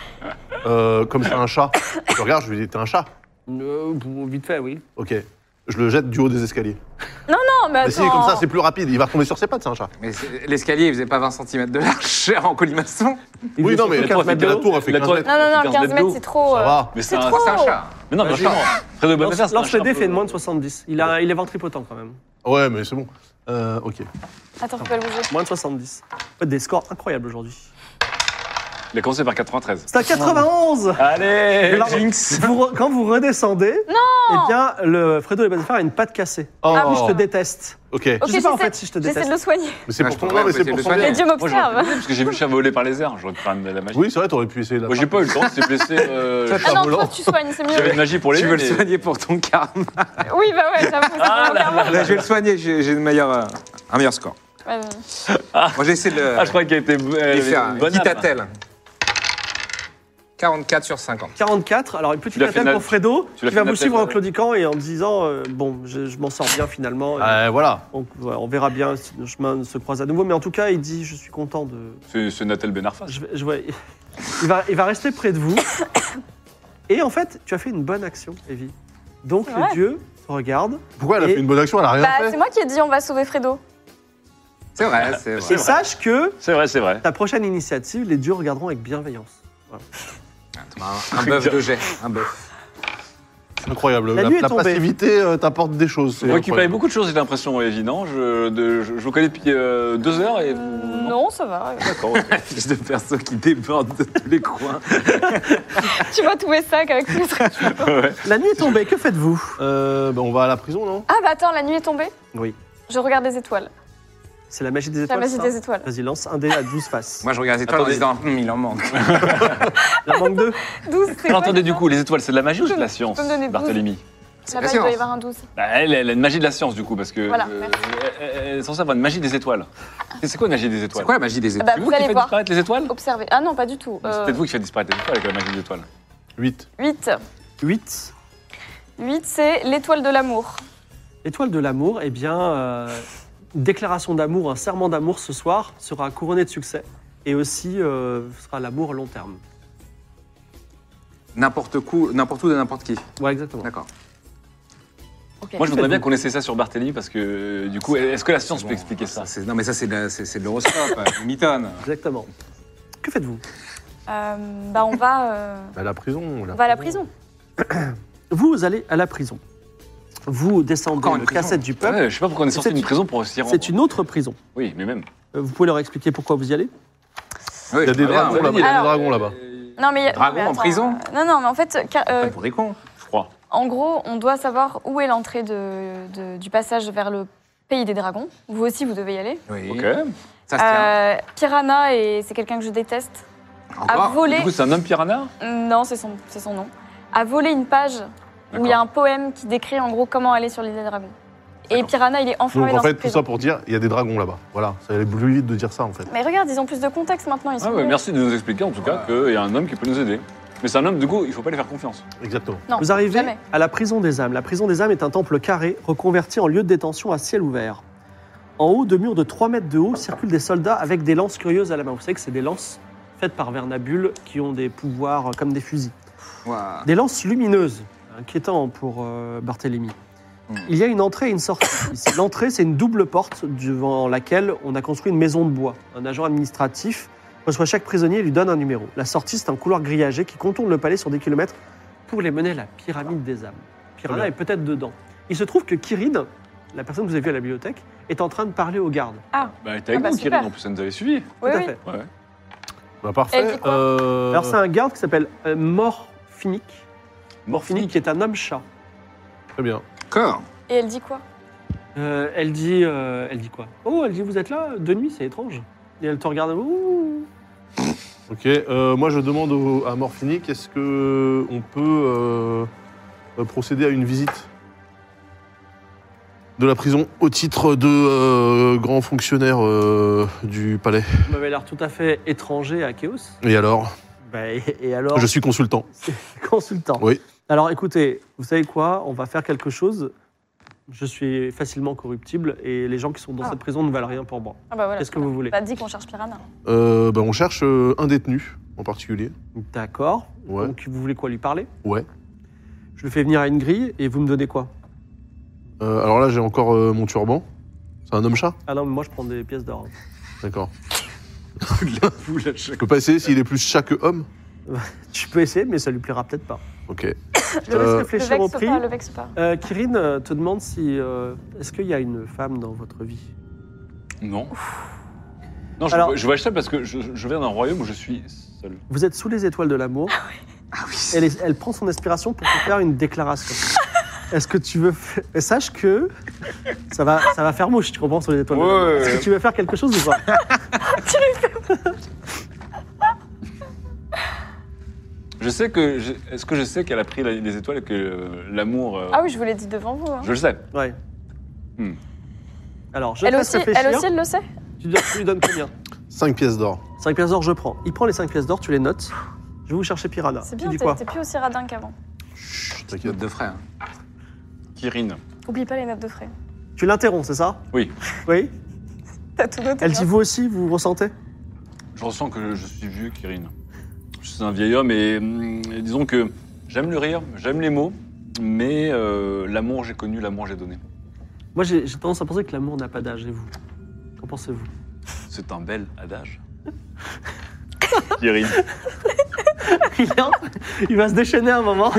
D: euh, comme c'est un chat, je regarde, je lui dis T'es un chat
A: Euh, bon, vite fait, oui.
D: Ok. Je le jette du haut des escaliers.
E: Non, mais attends.
D: Mais si, comme ça, c'est plus rapide. Il va retomber sur ses pattes, c'est un chat.
C: Mais c'est- l'escalier, il faisait pas 20 cm de large en colimaçon.
A: Il
D: Oui,
A: fait
D: non, mais
A: surtout 15
D: la tour,
A: mètres
D: elle fait
A: de
D: la
A: haut.
D: tour, elle fait
B: La
D: 15
B: tour,
D: mètres.
E: Non, non, non, 15
B: de
E: mètres,
B: haut.
E: c'est trop.
D: Ça
E: euh,
D: va.
B: Mais c'est
E: C'est
B: un-
E: trop.
C: C'est un chat.
B: Mais non, mais
A: Vas-y.
B: justement, près de Bonne Affaire,
A: Lance, lance
B: c'est un
A: le dé,
B: chat
A: fait de
B: peu-
A: moins de 70. Il, a, il est ventripotent quand même.
D: Ouais, mais c'est bon. Euh, ok.
E: Attends, faut pas le bouger.
A: Moins de 70. Des scores incroyables aujourd'hui.
B: Il a commencé par 93.
A: C'est un 91
B: Allez
A: Alors, vous re- Quand vous redescendez, eh bien, le Fredo et Bonnefer a une patte cassée.
D: Oh,
E: Ah, mais
A: Je te déteste.
D: Ok. Mais
E: Ok,
A: sais pas, en
E: j'essaie-
A: fait, si je te
E: J'essaie
A: déteste.
E: de le soigner.
D: c'est
C: Ah,
D: pour
C: je
D: ton
C: pourrais
D: bien, mais c'est
C: essayer
D: pour
C: de
D: ton
C: le
E: Et
D: bien.
E: Dieu
B: Moi, j'aurais pu-
E: m'observe.
B: Parce que j'ai vu le chat voler par les airs, j'aurais pu faire de la magie.
D: Oui, c'est vrai, t'aurais pu essayer de la.
B: Moi, j'ai pas eu le temps, c'est blessé. euh,
D: Ça,
E: Ah
D: Ah,
E: non,
D: volant.
E: toi, tu soignes, c'est
B: J'avais
E: mieux.
B: une magie pour les
C: Tu veux le
B: mais-
C: soigner pour ton karma.
E: Oui, bah ouais, j'avoue. c'est
B: Ah
E: mon
B: là
E: karma.
B: là.
C: Là, je vais le soigner, j'ai j'ai une meilleure, euh, un meilleur score.
E: Ouais, ouais.
C: Moi, j'essaie de le
B: Ah, je crois qu'elle était.
C: de
B: Elle avait
C: lui faire
B: une
C: un
B: bonne
C: quitte à
B: âme.
C: tel. 44 sur 50.
A: 44, alors une petite
B: l'as fait
A: attaque
B: na-
A: pour Fredo,
B: tu
A: qui
B: l'as
A: va
B: fait
A: vous
B: na-
A: suivre en claudiquant et en disant euh, Bon, je, je m'en sors bien finalement. et
D: Euh, voilà.
A: donc, voilà, on verra bien si nos chemins se croisent à nouveau. Mais en tout cas, il dit Je suis content de.
B: C'est c'est Nathal Benarfa.
A: Je vais- je vais- il, va, il va rester près de vous. Et en fait, tu as fait une bonne action, Evie. Donc,
E: C'est
A: les
E: vrai.
A: dieux te regardent.
D: Pourquoi elle a
A: Et-
D: fait une bonne action Elle a rien
E: Bah, c'est
D: fait.
E: moi qui ai dit on va sauver Fredo.
C: C'est vrai, Ah, c'est
A: Et
C: vrai.
B: vrai.
A: sache que
B: C'est vrai, c'est vrai.
A: ta prochaine initiative, les dieux regarderont avec bienveillance.
C: Un, un bœuf de jet, un bœuf.
D: Incroyable.
A: La
D: La,
A: nuit est
D: la
A: tombée.
D: passivité euh, t'apporte des choses.
B: Vous récupérez
D: incroyable.
B: beaucoup de choses, j'ai l'impression, évident. Je, de- je, je vous connais depuis euh, deux heures et vous.
E: Mm, Non, ça va.
B: D'accord. ok.
C: Fiche de perso qui déborde de tous les coins.
E: tu vois tous mes sacs avec tous les trucs.
B: Ouais.
A: La nuit est tombée, que faites-vous
D: Euh, bah, on va à la prison, non
E: Ah bah attends, la nuit est tombée.
A: Oui.
E: Je regarde les étoiles.
A: C'est la magie des
E: La
A: étoiles.
E: magie
A: ça
E: des étoiles.
A: Vas-y, lance un dé à 12 faces.
C: Moi, je regarde les étoiles en
B: Attendez.
C: disant, Hum, il en manque.
A: La manque deux.
E: 12, c'est
B: Alors,
E: quoi,
B: attendez, du
E: déjà
B: coup, les étoiles, c'est de la magie ou c'est de la
E: Tu peux me
B: science,
E: donner douze
B: Barthélemy
C: la
E: Là-bas, il doit
C: science.
E: y avoir un 12.
B: Bah, elle, elle a une magie de la science, du coup, parce que.
E: Voilà,
B: euh,
E: merci.
B: elle, elle est censée avoir une magie des étoiles. C'est c'est quoi une magie des étoiles
C: C'est quoi la magie des
E: Ah
C: étoiles
E: bah,
B: C'est
E: vous,
B: vous qui
E: allez
B: faites
E: voir.
B: disparaître les étoiles
E: Observez. Ah non, pas du tout.
C: Euh.
B: C'est peut-être vous qui faites disparaître les étoiles avec la magie des étoiles.
D: 8.
E: 8.
A: 8.
E: 8, c'est l'étoile de l'amour.
A: L'étoile de l'amour, eh bien, euh, une déclaration d'amour, un serment d'amour ce soir sera couronné de succès. Et aussi, euh, sera l'amour à long terme.
C: N'importe où, n'importe où de n'importe qui.
A: Ouais, exactement.
C: D'accord.
E: Ok.
B: Moi, je voudrais bien qu'on essaie ça sur Barthélemy, parce que, euh, du coup, est-ce que la science
C: Bon,
B: peut expliquer ça
C: c'est- Non, mais ça, c'est de, la- c'est- c'est de l'horoscope, euh, du mitonne.
A: Exactement. Que faites-vous
E: Euh, bah on va, euh,
D: Bah, la prison.
E: on va à la prison.
A: Vous allez à la prison. Vous descendez
C: Encore une
A: le
C: prison.
A: cassette du peuple.
B: Ouais, Je sais pas pourquoi on est sorti
A: C'est
B: d'une
A: une-
B: prison pour s'y rendre.
A: C'est une autre prison.
B: Oui, mais même.
A: Euh, Vous pouvez leur expliquer pourquoi vous y allez
C: Oui,
D: Il y a des
C: très bien,
D: dragons
B: Ah,
C: oui.
D: là-bas. Il y a
E: Alors, euh,
D: des dragons là-bas.
E: Non mais,
C: Dragon
E: non, mais
C: en prison
E: euh, Non non mais en fait, ca- euh,
C: Pas pour des cons.
B: Je crois.
E: en gros, on doit savoir où est l'entrée de- de- du passage vers le pays des dragons. Vous aussi, vous devez y aller.
C: Oui.
B: Ok.
C: Ça se tient.
E: Euh, Piranha et c'est quelqu'un que je déteste.
C: Encore
E: à voler.
B: Du coup, c'est un homme piranha
E: Non, c'est son, c'est son nom. A volé une page où il y a un poème qui décrit en gros comment aller sur l'île des dragons. Et Piranha, il est enfermé
D: Donc en
E: dans
D: fait,
E: cette
D: tout
E: prison.
D: ça pour dire, il y a des dragons là-bas. Voilà, ça allait plus vite de dire ça en fait.
E: Mais regarde, ils ont plus de contexte maintenant. Ils sont
B: Ah ouais,
E: mieux.
B: merci de nous expliquer en tout cas
C: Ouais.
B: qu'il y a un homme qui peut nous aider. Mais c'est un homme, du coup, il faut pas lui faire confiance.
D: Exactement.
E: Non,
A: Vous arrivez
E: jamais.
A: à la prison des âmes. La prison des âmes est un temple carré reconverti en lieu de détention à ciel ouvert. En haut de murs de 3 mètres de haut circulent des soldats avec des lances curieuses à la main. Vous savez que c'est des lances faites par Vernabule qui ont des pouvoirs euh, comme des fusils.
C: Ouah.
A: Des lances lumineuses, inquiétant pour euh, Barthélemy.
C: Hmm.
A: Il y a une entrée et une sortie. Ici, L'entrée, c'est une double porte devant laquelle on a construit une maison de bois. Un agent administratif reçoit chaque prisonnier et lui donne un numéro. La sortie, c'est un couloir grillagé qui contourne le palais sur des kilomètres pour les mener à la pyramide des âmes. Piranha
D: Très
A: est peut-être dedans. Il se trouve que Kirin, la personne que vous avez vue à la bibliothèque, est en train de parler aux gardes.
B: Bah, elle était avec
E: Ah bah,
B: nous,
E: super.
B: Kirin, en plus, elle nous avait suivis.
E: Oui,
A: Tout à
E: oui.
A: fait.
B: Ouais.
D: Bah
E: Elle
D: parfait.
E: dit quoi
D: euh,
A: Alors, c'est un garde qui s'appelle euh, Morphinic. Morphinic,
B: Morphinique.
A: qui est un homme-chat.
D: Très bien.
C: Encore.
E: Et elle dit quoi
A: Euh, elle dit, euh, elle dit quoi Oh, elle dit vous êtes là de nuit, c'est étrange. Et elle te regarde. Ouh.
D: Ok. euh, moi, je demande au- à Morphinic, est-ce que on peut euh, euh, procéder à une visite de la prison au titre de euh, grand fonctionnaire euh, du palais
A: Vous m'avez l'air tout à fait étranger à Chaos.
D: Et alors
A: Bah, et, et alors
D: Je suis consultant.
A: consultant.
D: Oui.
A: Alors écoutez, vous savez quoi On va faire quelque chose. Je suis facilement corruptible et les gens qui sont dans
E: Ah.
A: cette prison ne valent rien pour moi.
E: Ah bah voilà.
A: Qu'est-ce que vous voulez
E: Bah dit qu'on cherche Piranha.
D: Euh, bah, on cherche euh, un détenu en particulier.
A: D'accord.
D: Ouais.
A: Donc vous voulez quoi lui parler
D: Ouais.
A: Je le fais venir à une grille et vous me donnez quoi
D: Euh, alors là, j'ai encore euh, mon turban. C'est un homme-chat
A: Ah non, mais moi je prends des pièces d'or. hein.
D: D'accord.
B: Vous, là, je-
D: Je peux pas essayer s'il est plus chat que homme
A: Tu peux essayer, mais ça lui plaira peut-être pas.
D: Ok.
A: Je te laisse
D: Euh,
E: Le
A: réfléchir au
E: vexe
A: prix.
E: pas, le vexe pas.
A: Euh, Kirin euh, te demande si. euh, Est-ce qu'il y a une femme dans votre vie
B: Non. Non, je,
A: Alors-
B: je vais acheter parce que je, je viens d'un royaume où je suis seul.
A: Vous êtes sous les étoiles de l'amour.
E: Ah
A: Elle, est- elle prend son inspiration pour te faire une déclaration. Est-ce que tu veux. f- Et Sache que. Ça va, ça va faire mouche, tu comprends, sur les étoiles de
B: Ouais,
A: l'amour.
B: ouais,
A: Est-ce
B: ouais.
A: que tu veux faire quelque chose ou pas
B: Je sais que. je- Est-ce que je sais qu'elle a pris la- les étoiles et que euh, l'amour. euh,
E: Ah oui, je vous l'ai dit devant vous. hein.
B: Je le sais.
A: Ouais.
B: Hmm.
A: Alors, je te
E: Elle
A: laisse
E: aussi,
A: réfléchir.
E: elle aussi, elle le sait.
A: Tu, dis- tu lui donnes combien
D: 5 pièces d'or.
A: 5 pièces d'or, je prends. Il prend les 5 pièces d'or, tu les notes. Je vais vous chercher Piranha.
E: C'est
A: tu
E: bien,
A: dis
E: t'es
A: quoi
E: t'es plus aussi radin qu'avant.
D: Chut,
C: Note
D: T'inquiète.
C: de frère.
B: Kirin.
E: Oublie pas les notes de frais.
A: Tu l'interromps, c'est ça
B: Oui.
A: Oui
E: T'as tout noté.
A: Elle
E: hein.
A: dit vous aussi, vous ressentez
B: Je ressens que je suis vieux, Kirin. Je suis un vieil homme et, hum, et disons que j'aime le rire, j'aime les mots, mais euh, l'amour j'ai connu, l'amour j'ai donné.
A: Moi, j'ai j'ai tendance à penser que l'amour n'a pas d'âge, et vous Qu'en pensez-vous
B: C'est un bel adage. Kirin.
A: Il va se déchaîner un moment.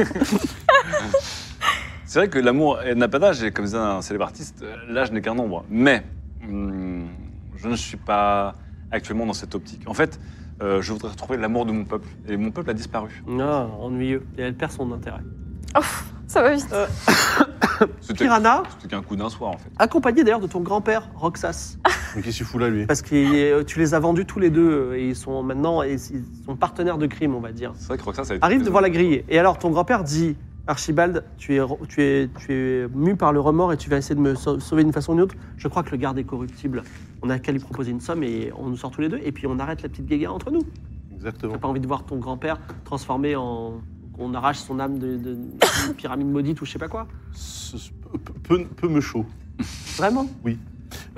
B: C'est vrai que l'amour elle n'a pas d'âge, et comme disait un célèbre artiste, euh, l'âge n'est qu'un nombre. Mais hum, je ne suis pas actuellement dans cette optique. En fait, euh, je voudrais retrouver l'amour de mon peuple, et mon peuple a disparu.
A: Non, ennuyeux. Et elle perd son intérêt.
E: hein. Ça va
A: Euh.
E: vite.
B: C'était
A: Piranha,
B: c'était qu'un coup d'un soir, en fait.
A: accompagné d'ailleurs de ton grand-père, Roxas.
D: Mais qu'est-ce qu'il fout là, lui
A: Parce que tu les as vendus tous les deux, euh, et ils sont maintenant et ils sont partenaires de crime, on va dire.
B: C'est vrai que Roxas, ça a été
A: Arrive
B: très
A: devant la
B: heureux.
A: grille. Et alors, ton grand-père dit Archibald, tu es, tu, es, tu es mu par le remords et tu vas essayer de me sau- sauver d'une façon ou d'une autre. Je crois que le garde est corruptible. On a qu'à lui proposer une somme et on nous sort tous les deux. Et puis on arrête la petite guéguerre entre nous.
D: Exactement.
A: T'as pas envie de voir ton grand-père transformé en. qu'on arrache son âme de, de- d'une pyramide maudite ou je sais pas quoi.
D: Ce- ce- Peu, peu- peu me chaud.
A: Vraiment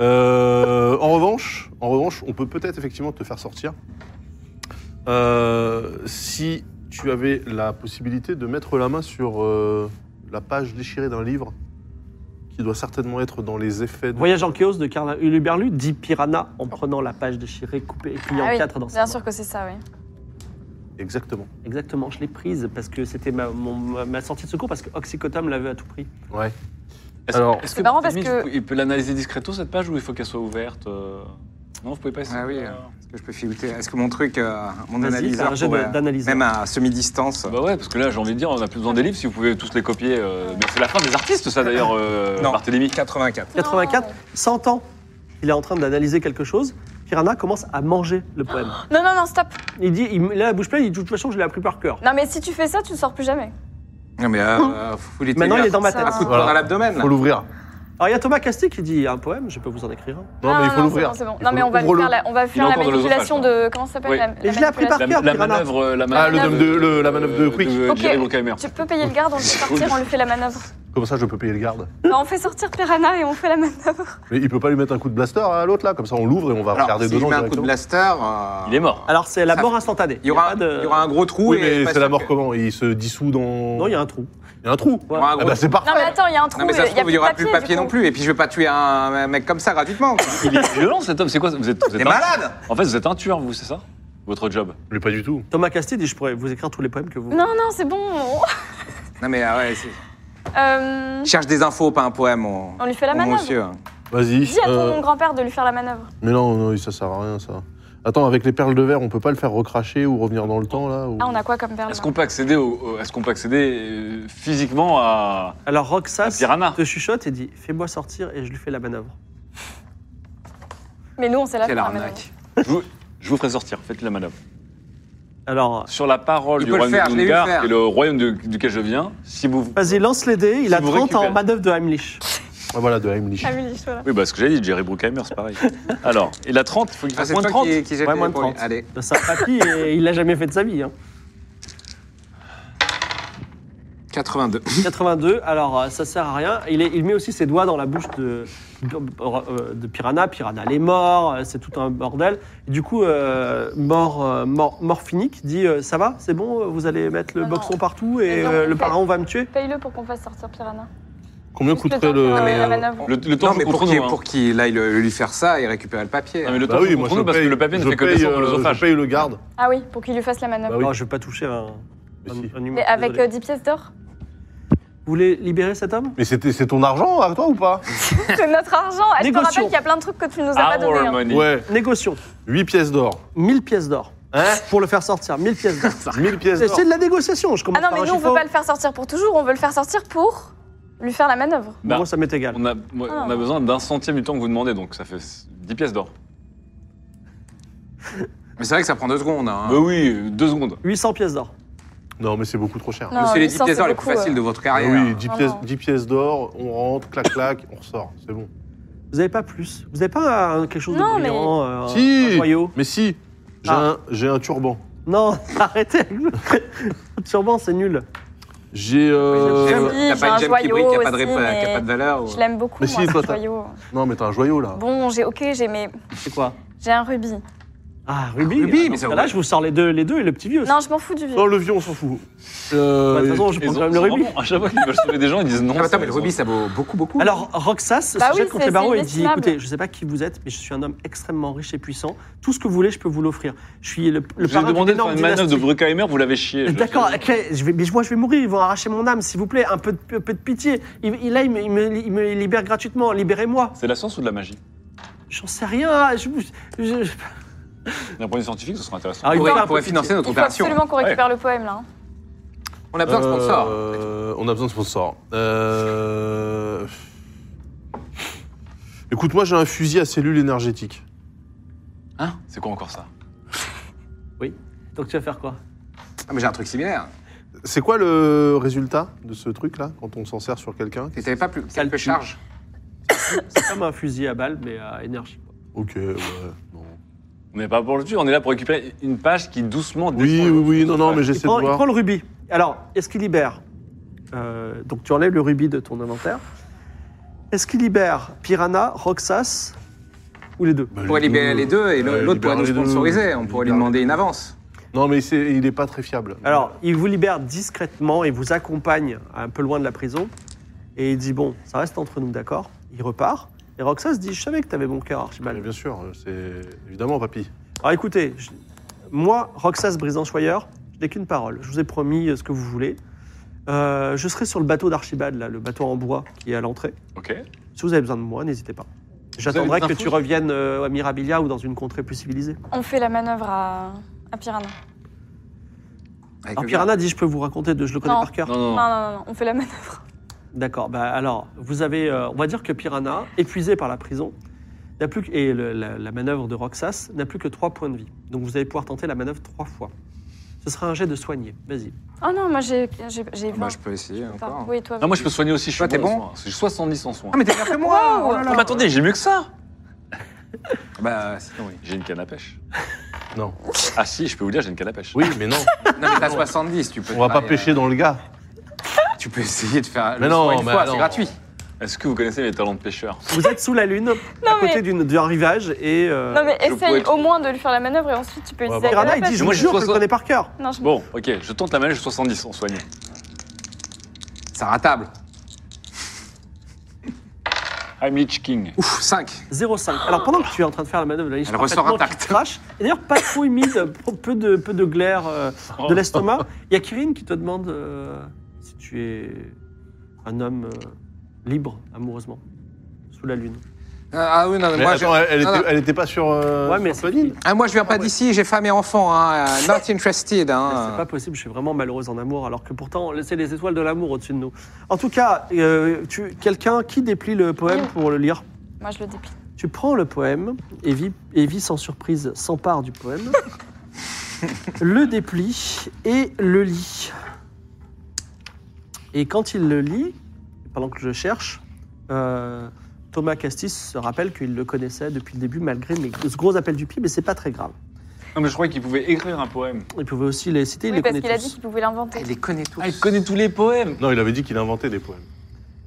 D: Euh, en revanche, en revanche, on peut peut-être effectivement te faire sortir Euh, si tu avais la possibilité de mettre la main sur euh, la page déchirée d'un livre qui doit certainement être dans les effets. De...
A: Voyage en chaos de Carla Huluberlu dit Piranha en prenant la page déchirée, coupée et pliée
E: Ah
A: en
E: oui,
A: quatre dans sa
E: Bien
A: main.
E: sûr que c'est ça, oui.
D: Exactement.
A: Exactement, je l'ai prise parce que c'était ma, mon- ma- ma sortie de secours parce que Oxycotome l'avait à tout prix.
D: Ouais.
B: Est-ce-
D: Alors,
B: est-ce
E: C'est marrant parce
B: limite,
E: que-
B: vous pouvez- Il peut l'analyser discreto cette page ou il faut qu'elle soit ouverte euh, Non, vous pouvez pas essayer.
C: Ah oui, euh,
B: Ah.
C: est-ce que je peux filouter Est-ce que mon truc, euh, mon
A: Vas-y, fais
C: analyseur,
A: un jet de-
C: pourrait-
A: d'analyse.
C: euh, même à semi-distance
B: Bah ouais, parce que là, j'ai envie de dire, on a plus besoin des livres si vous pouvez tous les copier. euh, mais c'est la fin des artistes, ça d'ailleurs, euh,
C: Non.
B: Barthélémy.
C: 84.
A: 84, 100 ans, il est en train d'analyser quelque chose. Piranha commence à manger le poème.
E: Non, non, non, stop.
A: Il dit, il, là, la bouche pleine, il dit, de toute façon, je l'ai appris par cœur.
E: Non, mais si tu fais ça, tu ne sors plus jamais.
C: Non mais euh, faut les
A: Maintenant, il est
C: tenir
A: dans ma tête.
E: Ça-
C: à coup de
D: Voilà.
C: poing à l'abdomen.
D: Faut l'ouvrir.
A: Alors, il y a Thomas Casti qui dit, un poème, je peux vous en écrire un.
D: Non, mais il faut
E: c'est
D: l'ouvrir.
E: bon, c'est bon.
D: Il
E: Non,
D: faut
E: mais on va
D: l'ouvre-le.
E: faire la, on va faire
B: est
E: la
B: encore dans l'œsophage,
E: manipulation de. Comment ça s'appelle
B: Oui.
E: la,
A: Et je l'ai appris par
E: manipulation.
B: La,
A: cœur,
B: la
A: Piranha.
B: manœuvre, euh, la
D: Ah, le
B: manœuvre
D: dame de- le- la manœuvre de Quick.
B: de
E: Ok.
B: Jerry Bruckheimer.
E: Tu peux payer le garde, on le fait sortir, on lui fait la manœuvre.
D: Comme ça, je peux payer le garde.
E: Non, on fait sortir Piranha et on fait la manœuvre.
D: Mais il peut pas lui mettre un coup de blaster à l'autre là, comme ça on l'ouvre et on va
C: Alors,
D: regarder
C: s'il
D: dedans.
C: met un coup de
D: directement.
C: blaster, euh,
B: Il est mort.
A: Alors, c'est la
C: Ça-
A: mort instantanée.
C: il y aura,
A: a pas de-
C: il y aura un gros trou.
D: Oui,
C: et
D: mais
C: pas
D: c'est la
C: sûr
D: mort
C: que-
D: comment Il se dissout dans.
A: Non, il y a un trou.
D: Il y a un trou.
C: Il y aura un
D: Ah
C: gros
D: bah
C: trou.
D: c'est parfait.
E: Non, mais attends, il y a un trou.
C: Non mais ça se
E: il y a
C: trouve, il n'y aura plus de papier
E: du
C: non
E: coup.
C: plus. Et puis je vais pas tuer un, un mec comme ça gratuitement. quoi.
B: Il est violent cet homme, c'est quoi Vous êtes, vous êtes
C: Il est
B: un-
C: malade
B: En fait, vous êtes un tueur, vous, c'est ça Votre job.
D: Mais pas du tout.
A: Thomas Casti dit, je pourrais vous écrire tous les poèmes que vous...
E: Non, non, c'est bon.
C: Non mais ah ouais, c'est-
E: Euh,
C: il cherche des infos, pas un poème. On,
E: On lui fait la
C: on
E: manœuvre.
C: monsieur.
D: Vas-y.
E: Dis à
D: euh,
E: ton grand-père de lui faire la manœuvre.
D: Mais non, non, ça sert à rien ça. Attends, avec les perles de verre, on peut pas le faire recracher ou revenir dans le temps là ou-
E: Ah, on a quoi comme perle
B: Est-ce qu'on peut accéder, au- au- est-ce qu'on peut accéder euh, physiquement à.
A: Alors, Roxas
C: Ah,
B: La piranha.
A: te chuchote et dit, fais-moi sortir et je lui fais la manœuvre.
E: Mais nous, on sait la
C: Quelle
E: faire, la manœuvre.
C: arnaque.
B: Je vous, je vous ferai sortir, faites la manœuvre.
A: Alors,
B: Sur la parole
C: Il
B: du
C: peut le
B: royaume
C: faire,
B: de
C: je l'ai vu le
B: Dungar
C: faire.
B: et le royaume de- duquel je viens, si vous.
A: vas-y, lance les dés. Il
B: Si
A: a
B: vous
A: 30 en
B: récupérez-
A: manœuvre de Heimlich.
D: Ah voilà, de Heimlich.
E: Ah oui, voilà.
B: Oui, bah, ce que j'ai dit, Jerry Bruckheimer, c'est pareil. Alors, il a 30, il faut qu'il
C: Ah,
B: fasse
C: c'est
B: moins de
C: toi
B: 30.
C: qui, qui jette
A: Ouais,
C: les
A: moins de
C: points.
A: 30.
C: Allez.
A: De sa papy, et il l'a jamais fait de sa vie. hein.
C: 82.
A: 82, alors euh, ça sert à rien. Il, est- il met aussi ses doigts dans la bouche de, de, euh, de Piranha. Piranha, les morts, euh, c'est tout un bordel. Et du coup, euh, mort, euh, mort, Morphinique dit euh, Ça va, c'est bon, vous allez mettre le
E: Ah non.
A: boxon partout et
E: Mais non,
A: euh,
E: en
A: le
E: fait-
A: pharaon va me tuer
E: Paye-le pour qu'on fasse sortir Piranha.
D: Combien
E: Juste
D: coûterait le.
E: temps de faire, euh, la
D: euh,
E: manœuvre.
B: Le, le temps
C: Non,
B: joue
C: mais
B: contre
C: pour
B: nous.
C: qu'il
B: hein.
C: pour qu'il aille le- lui faire ça et récupérer le papier.
B: Non, mais le temps
D: Bah oui,
B: joue
D: moi
B: contre
D: je
B: nous parce que
D: paye,
B: le papier ne
D: je
B: fait que
D: paye,
B: descendre le
D: euh, Je
B: oesophage.
D: paye le garde.
E: Ah oui, pour qu'il lui fasse la manœuvre.
D: Bah oui.
A: Non, je vais pas toucher un. un-
D: Si.
A: un humain,
E: Mais avec
A: désolé.
E: euh, 10 pièces d'or
A: Vous voulez libérer cet homme
D: Mais c'était- c'est ton argent à toi ou pas
E: C'est notre argent. Elle te
A: Négocions.
E: rappelle qu'il y a plein de trucs que tu nous as
C: Ah,
E: pas donné.
B: Our
E: hein.
B: money.
D: Ouais,
A: Négocions.
D: 8 pièces d'or.
A: 1000 pièces d'or.
D: Hein
A: Pour le faire sortir, 1000 pièces d'or.
D: 1000 pièces
A: C'est
D: d'or.
A: c'est de la négociation, je
E: Ah
A: commence
E: non,
A: par
E: mais
A: un
E: nous, on
A: chiffon.
E: veut pas le faire sortir pour toujours. On veut le faire sortir pour lui faire la manœuvre.
B: Bah,
A: Moi, ça m'est égal.
B: on, a, moi,
E: Ah.
B: on
D: Oh.
B: a besoin d'un centième du temps que vous demandez, donc ça fait 10 pièces d'or.
C: Mais c'est vrai que ça prend deux secondes.
D: Ah.
C: hein.
B: Bah oui, deux secondes.
A: 800 pièces d'or.
D: Non, mais c'est beaucoup trop cher.
E: Non,
C: Monsieur, les 10
E: 800,
C: pièces d'or
E: c'est
C: les plus
E: beaucoup,
C: faciles
E: euh.
C: de votre
D: Ah
C: carrière.
D: oui, 10
E: Non,
D: pièces,
E: non.
D: 10 pièces d'or, on rentre, clac, clac, on ressort. C'est bon.
A: Vous avez pas plus Vous avez pas un- quelque chose
E: Non,
A: de
E: mais-
A: brillant euh, un
D: Si
A: joyau
D: Mais si J'ai
A: Ah.
D: un, j'ai un turban.
A: Non, arrêtez Le turban, c'est nul.
D: J'ai. euh,
E: j'aime
C: T'as
E: bien. j'ai
C: pas
E: un
C: une gemme qui brille, qui a pas de
E: joyau
C: répa-
E: aussi,
C: qui a pas de
E: mais-
C: valeur. ou-
E: euh, Je l'aime beaucoup,
D: Mais
E: moi,
D: si,
E: ce
D: toi, t'as-
E: joyau.
D: Non, mais t'as un joyau là.
E: Bon, j'ai ok, j'ai mes...
A: C'est quoi
E: j'ai un rubis.
A: Ah, Ruby
C: Ruby,
A: dans
C: mais
A: ce
C: ça-
A: cas-là, je vous sors les deux, les deux et le petit vieux. aussi.
E: Non, je m'en fous du vieux.
D: Non, le vieux, on s'en fout. Euh,
A: Bah, de toute façon, je
B: Euh, Ils
A: prends quand
B: ont-
A: même le
B: ils sont
A: rubis.
B: vraiment- À chaque fois qu'ils veulent sauver des gens, ils disent non.
C: Ah, mais
B: ça,
C: attends, mais le
B: ils sont-
C: rubis, ça vaut beaucoup, beaucoup.
A: Alors, Roxas
E: Bah
A: se
E: oui,
A: jette contre
E: c'est-
A: les barreaux
E: c'est
A: et dit
E: inestimable.
A: Écoutez, je sais pas qui vous êtes, mais je suis un homme extrêmement riche et puissant. Tout ce que vous voulez, je peux vous l'offrir. Je suis le, le
B: Je vous ai
A: parrain
B: demandé
A: d'une
B: de faire
A: énorme
B: une manœuvre de
A: dynastie.
B: Bruckheimer, vous l'avez chié. je-
A: D'accord, ok, je vais, mais moi je vais mourir, ils vont arracher mon âme, s'il vous plaît, un peu de, un peu de pitié. Il, il- là, il me, il me- il me libère gratuitement, libérez-moi.
B: C'est de la science ou de la magie
A: J'en sais rien, je- je- je-
B: D'un point de vue scientifique, ce serait intéressant.
A: Ah, il
C: Pour,
A: me fait un peu
C: pourrait
A: pitié.
C: financer notre
E: Il faut
C: opération.
E: absolument qu'on récupère le poème, là. hein.
C: On a besoin de sponsors.
D: Euh, on a besoin de sponsors. Euh... Écoute, moi j'ai un fusil à cellule énergétique.
B: Hein C'est quoi encore ça
A: Donc tu vas faire quoi
C: Ah, mais j'ai un truc similaire.
D: C'est quoi le résultat de ce truc là quand on s'en sert sur quelqu'un
C: Et t'avais pas plus
A: Ça le
C: quelques
A: tue.
C: charges
A: C'est comme un fusil à balle, mais à énergie. quoi.
D: Ok, ouais, non.
B: On n'est pas pour le tuer, on est là pour récupérer une page qui doucement
D: Oui, oui,
B: descend.
D: oui, non, non, mais
A: Il
D: j'essaie de
A: prend, il
D: voir.
A: prend le rubis. Alors, est-ce qu'il libère euh, Donc, tu enlèves le rubis de ton inventaire. Est-ce qu'il libère Piranha, Roxas ou les deux
D: Bah,
C: On pourrait libérer les deux et
D: Ouais,
C: l'autre pourrait
D: libérer
C: nous
D: les deux.
C: sponsoriser. On pourrait lui
D: Libérer
C: demander
D: les
C: une
D: deux.
C: avance.
D: Non, mais c'est- il est pas très fiable.
A: Alors, il vous libère discrètement et vous accompagne un peu loin de la prison. Et il dit Bon, ça reste entre nous, d'accord Il repart. Et Roxas dit Je savais que t'avais bon cœur,
D: Bah,
A: Archibald.
D: bien sûr, c'est évidemment papy.
A: Alors écoutez, je- moi, Roxas Brisanchoyeur, je n'ai qu'une parole. Je vous ai promis euh, ce que vous voulez. Euh, je serai sur le bateau d'Archibald, là, le bateau en bois qui est à l'entrée.
B: Ok.
A: Si vous avez besoin de moi, n'hésitez pas. J'attendrai
B: des
A: que
B: infos
A: tu reviennes euh, à Mirabilia ou dans une contrée plus civilisée.
E: On fait la manœuvre à, à Piranha.
C: Avec
A: Alors
C: le- Ah,
A: Piranha dit, je peux vous raconter, de, je le connais
E: Non.
A: par cœur.
B: Non, non,
E: Non,
B: non.
E: non, non, on fait la manœuvre.
A: D'accord, bah alors, vous avez, euh, on va dire que Piranha, épuisé par la prison, n'a plus que- et le- la, la manœuvre de Roxas, n'a plus que 3 points de vie. Donc vous allez pouvoir tenter la manœuvre 3 fois. Ce sera un jet de soigner, vas-y.
E: Oh non, moi j'ai j'ai- j'ai
C: Ah, bah,
E: 20.
C: je peux essayer
E: Enfin,
C: encore.
E: oui, toi.
B: Non, Ah, moi je peux soigner aussi, je suis
C: Toi, t'es
B: bon.
C: bon
B: en soins. J'ai 70 en soins.
C: Ah, mais t'es meilleur que moi
E: Wow.
C: oh là là.
B: Ah, mais attendez, j'ai mieux que ça
C: Bah, sinon, oui.
B: J'ai une canne à pêche.
D: Non.
B: Ah si, je peux vous dire, j'ai une canne à pêche.
D: Oui, mais non,
C: Non, mais t'as 70, tu peux.
D: on va pas
C: faire, euh,
D: pêcher dans le gars.
C: Tu peux essayer de faire.
D: Mais
C: le
D: non,
C: soin une
D: mais
C: fois,
D: non.
C: c'est gratuit.
B: Est-ce que vous connaissez mes talents de pêcheur
A: Vous êtes sous la lune, à côté
E: mais-
A: d'une- d'un rivage, et... euh,
E: Non, mais
B: je pourrais
E: essaye
B: être-
E: au moins de lui faire la manœuvre et ensuite tu peux
D: On va
E: utiliser
D: voir.
A: bah, Piranha,
E: la
A: il dit, je
E: canne
A: vous
B: Moi, je
A: jure que je
B: sois-
A: le connais par cœur.
E: à pêche. Non, je
B: Bon, ok, je tente la manège, j'ai 70 en soigné.
C: C'est ratable.
B: Heimlich King.
C: Ouf, 5.
A: 0,5. Alors pendant que tu es en train de faire la manœuvre, la liste
C: Elle ressort
A: parfaitement
C: intacte.
A: qui crache. Et d'ailleurs, pas trop humide, peu- peu de, peu de glaire euh,
B: Oh.
A: de l'estomac. Il y a Kirin qui te demande euh, si tu es un homme euh, libre, amoureusement, sous la lune.
C: Ah oui, non, mais
D: Mais
C: moi,
D: attends,
C: je...
D: elle, elle
C: non,
D: était,
C: non.
D: elle était pas sur. euh,
A: ouais, mais
D: sur
A: c'est
D: Panini
A: c'est
C: Ah, moi, je viens pas
A: Ah ouais.
C: d'ici, j'ai femme et enfant. Hein. euh, Not interested. Hein.
A: pas possible, je suis vraiment malheureuse en amour, alors que pourtant, c'est les étoiles de l'amour au-dessus de nous. En tout cas, euh, tu- quelqu'un qui déplie le poème pour le lire
E: peux- Moi je le déplie.
A: Tu prends le poème, Evie, Evie sans surprise s'empare du poème, le déplie et le lit. Et quand il le lit, pendant que je cherche, euh, Thomas Castis se rappelle qu'il le connaissait depuis le début malgré mes- ce gros appel du pied, mais c'est pas très grave.
B: Non, mais je croyais qu'il pouvait écrire un poème.
A: Il pouvait aussi les citer, il
E: Oui,
A: les
E: parce
A: connaît
E: qu'il a
A: tous.
E: dit qu'il pouvait l'inventer.
C: Il les connaît tous.
B: Ah, il connaît tous les poèmes
D: Non, il avait dit qu'il inventait des poèmes.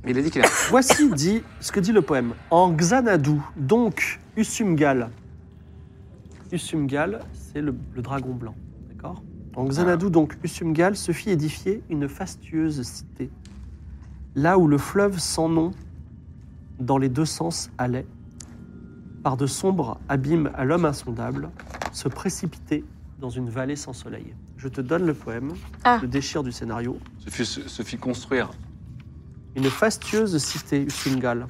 C: Mais il a dit qu'il a.
A: Voici dit, ce que dit le poème. En Xanadu, donc Usumgal. Usumgal, c'est le, le dragon blanc, d'accord En Xanadu, donc Usumgal, se fit édifier une fastueuse cité. Là où le fleuve sans nom, dans les deux sens, allait, par de sombres abîmes à l'homme insondable, se précipiter dans une vallée sans soleil. Je te donne le poème,
E: Ah.
A: le déchire du scénario.
B: se fit, se fit construire.
A: Une fastueuse cité, Usumgal.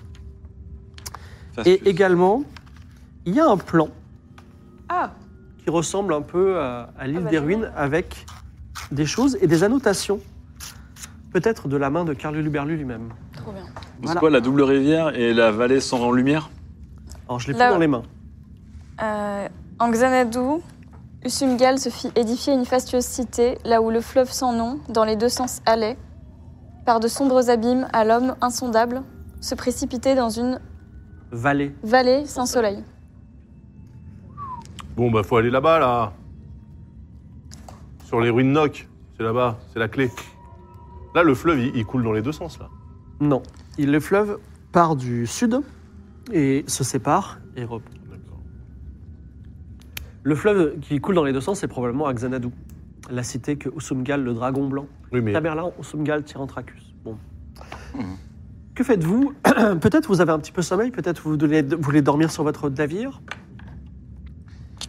B: fastueuse.
A: Et également, il y a un plan
E: Ah,
A: qui ressemble un peu à, à l'île
E: Ah bah,
A: des
E: génial.
A: ruines avec des choses et des annotations. Peut-être de la main de Carlo Luberlu lui-même.
E: trop bien.
B: C'est
A: Voilà.
B: quoi la double rivière et la vallée sans lumière
A: Alors je l'ai
E: Là-
A: plus dans les mains.
E: Euh, en Xanadu, Usumgal se fit édifier une fastueuse cité, là où le fleuve sans nom, dans les deux sens, allait, par de sombres abîmes à l'homme insondable, se précipiter dans une
A: Vallée.
E: vallée sans soleil.
D: Bon, bah, faut aller là-bas, là. Sur les ruines Noc. C'est là-bas, c'est la clé. Là, le fleuve, il, il coule dans les deux sens, là.
A: Non. Il- Le fleuve part du sud et se sépare et reprend.
D: D'accord.
A: Le fleuve qui coule dans les deux sens, c'est probablement à Xanadu, la cité que Usumgal, le dragon blanc,
D: Oui, mais
A: Tamerlan, Osumgal, Tyrantracus. Bon.
C: Hmm.
A: Que faites-vous Peut-être vous avez un petit peu sommeil, peut-être vous voulez, vous voulez dormir sur votre navire.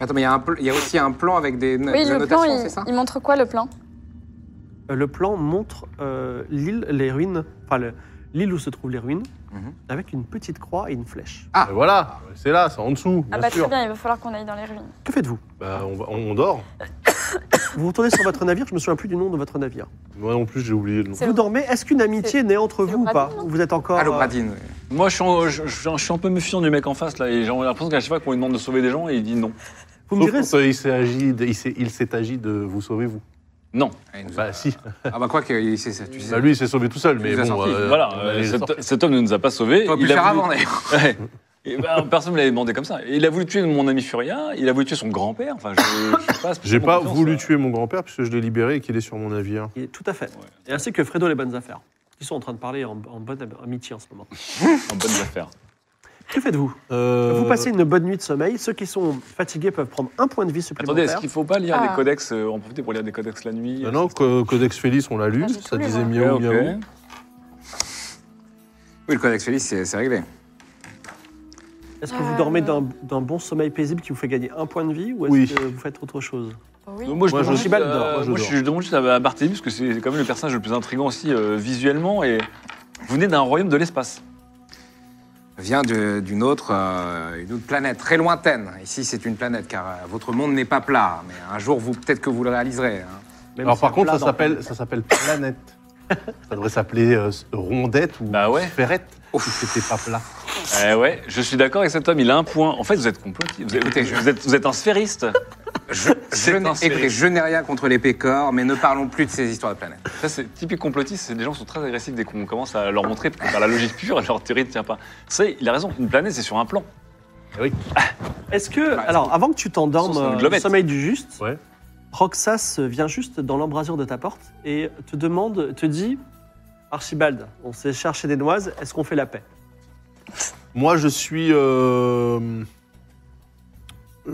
C: Attends, mais il y, a un pl- il y a aussi un plan avec des, des
E: Oui, le plan,
C: annotations,
E: il,
C: c'est ça
E: il montre quoi le plan
A: Euh, Le plan montre euh, l'île, les ruines, enfin le- l'île où se trouvent les ruines,
C: Mhm.
A: avec une petite croix et une flèche.
D: mais bah, voilà, c'est là, c'est en dessous, bien
E: Ah bah
D: sûr.
E: très bien, il va falloir qu'on aille dans les ruines.
A: Que faites-vous
D: Bah, on, va- on dort.
A: Vous retournez sur votre navire, je me souviens plus du nom de votre navire.
D: Moi non plus, j'ai oublié le nom.
E: C'est
A: Vous
E: le-
A: dormez, est-ce qu'une amitié naît entre
E: c'est
A: vous ou pas
E: Obradine,
A: Ou Vous êtes encore...
C: Allô,
A: euh,
C: Bradine.
B: Moi, je suis, en- je, je- je suis un peu méfiant du mec en face, là. et J'ai l'impression qu'à chaque fois qu'on lui demande de sauver des gens, il dit non.
A: vous me direz,
D: Sauf quand il s'est agi de- il s'est- il s'est agi de vous sauver, vous.
B: Non.
C: Ah, il nous a-
D: Bah, si.
C: Ah, bah, quoi que, il- c'est ça, tu sais.
D: Bah, lui, il s'est sauvé tout seul,
C: Il
D: mais
C: nous a
D: bon.
C: sortis.
B: voilà,
D: on
B: euh,
D: allait
B: cet,
D: sortir.
B: cet homme ne nous a pas sauvés.
C: T'aurais pu
B: Il
C: le
B: a
C: faire
B: voulu-
C: avant, d'ailleurs.
B: Ouais. Et ben, personne ne l'avait demandé comme ça. Et il a voulu tuer mon ami Furia, il a voulu tuer son grand-père. Enfin, je, je sais pas. c'est
D: J'ai
B: mon
D: pas
B: confiance, euh,
D: voulu
B: là.
D: tuer mon grand-père puisque je l'ai libéré et qu'il est sur mon hein. navire.
A: il est- tout à fait. Et ainsi que Fredo les bonnes affaires. Ils sont en train de parler en, en bonne am- amitié en ce moment.
B: En bonne affaire.
A: Que faites-vous
D: Euh,
A: Vous passez une bonne nuit de sommeil. Ceux qui sont fatigués peuvent prendre un point de vie
B: Attendez,
A: supplémentaire.
B: est-ce qu'il faut pas lire
E: Ah.
B: des codex, euh, en profiter pour lire des codex la nuit
D: Non, non, co- Codex Félix, on l'a lu,
E: Ah, j'ai
D: ça
E: tous les
D: disait
B: Ouais,
D: miaou
B: ok.
D: miaou.
C: Oui, le codex Félix, c'est c'est réglé.
A: Est-ce que vous
E: Euh,
A: dormez d'un d'un bon sommeil paisible qui vous fait gagner un point de vie ou est-ce
D: Oui.
A: que vous faites autre chose
E: Oui.
B: Donc, Moi, je
D: Moi,
B: demande
D: je-
B: juste, euh,
D: Archibald dort, moi, je
B: moi, je
D: dors.
B: je demande juste à à Barthélemy, parce que c'est quand même le personnage le plus intrigant aussi euh, visuellement. Et vous venez d'un royaume de l'espace.
C: Vient de- d'une autre, euh, une autre planète, très lointaine. Ici, c'est une planète, car euh, votre monde n'est pas plat. Mais un jour, vous peut-être que vous le réaliserez. hein.
A: Même
D: Alors
A: si
D: par
A: c'est
D: contre,
A: plat
D: ça
A: dans-
D: s'appelle ça s'appelle planète. ça devrait s'appeler euh, rondette ou
B: Bah ouais.
D: sphérette. Si c'était pas plat.
B: Eh ouais, je suis d'accord avec cet homme, il a un point. En fait, vous êtes complotiste. Vous êtes,
C: Écoutez,
B: vous êtes- vous êtes un sphériste.
C: Je, je
B: C'est
C: n'ai-
B: un sphériste.
C: écoutez, je n'ai rien contre les pécores, mais ne parlons plus de ces histoires de planètes.
B: Ça, c'est typique complotiste, c'est des gens qui sont très agressifs dès qu'on commence à leur montrer que par la logique pure, leur théorie ne tient pas. C'est, il a raison, une planète, c'est sur un plan.
D: Eh oui.
A: Est-ce que, alors, avant que tu t'endormes,
B: Sur son
A: euh, le
B: globette.
A: sommeil du juste,
D: Ouais.
A: Roxas vient juste dans l'embrasure de ta porte et te demande, te dit, Archibald, on s'est cherché des noises, est-ce qu'on fait la paix
D: Moi, je suis euh,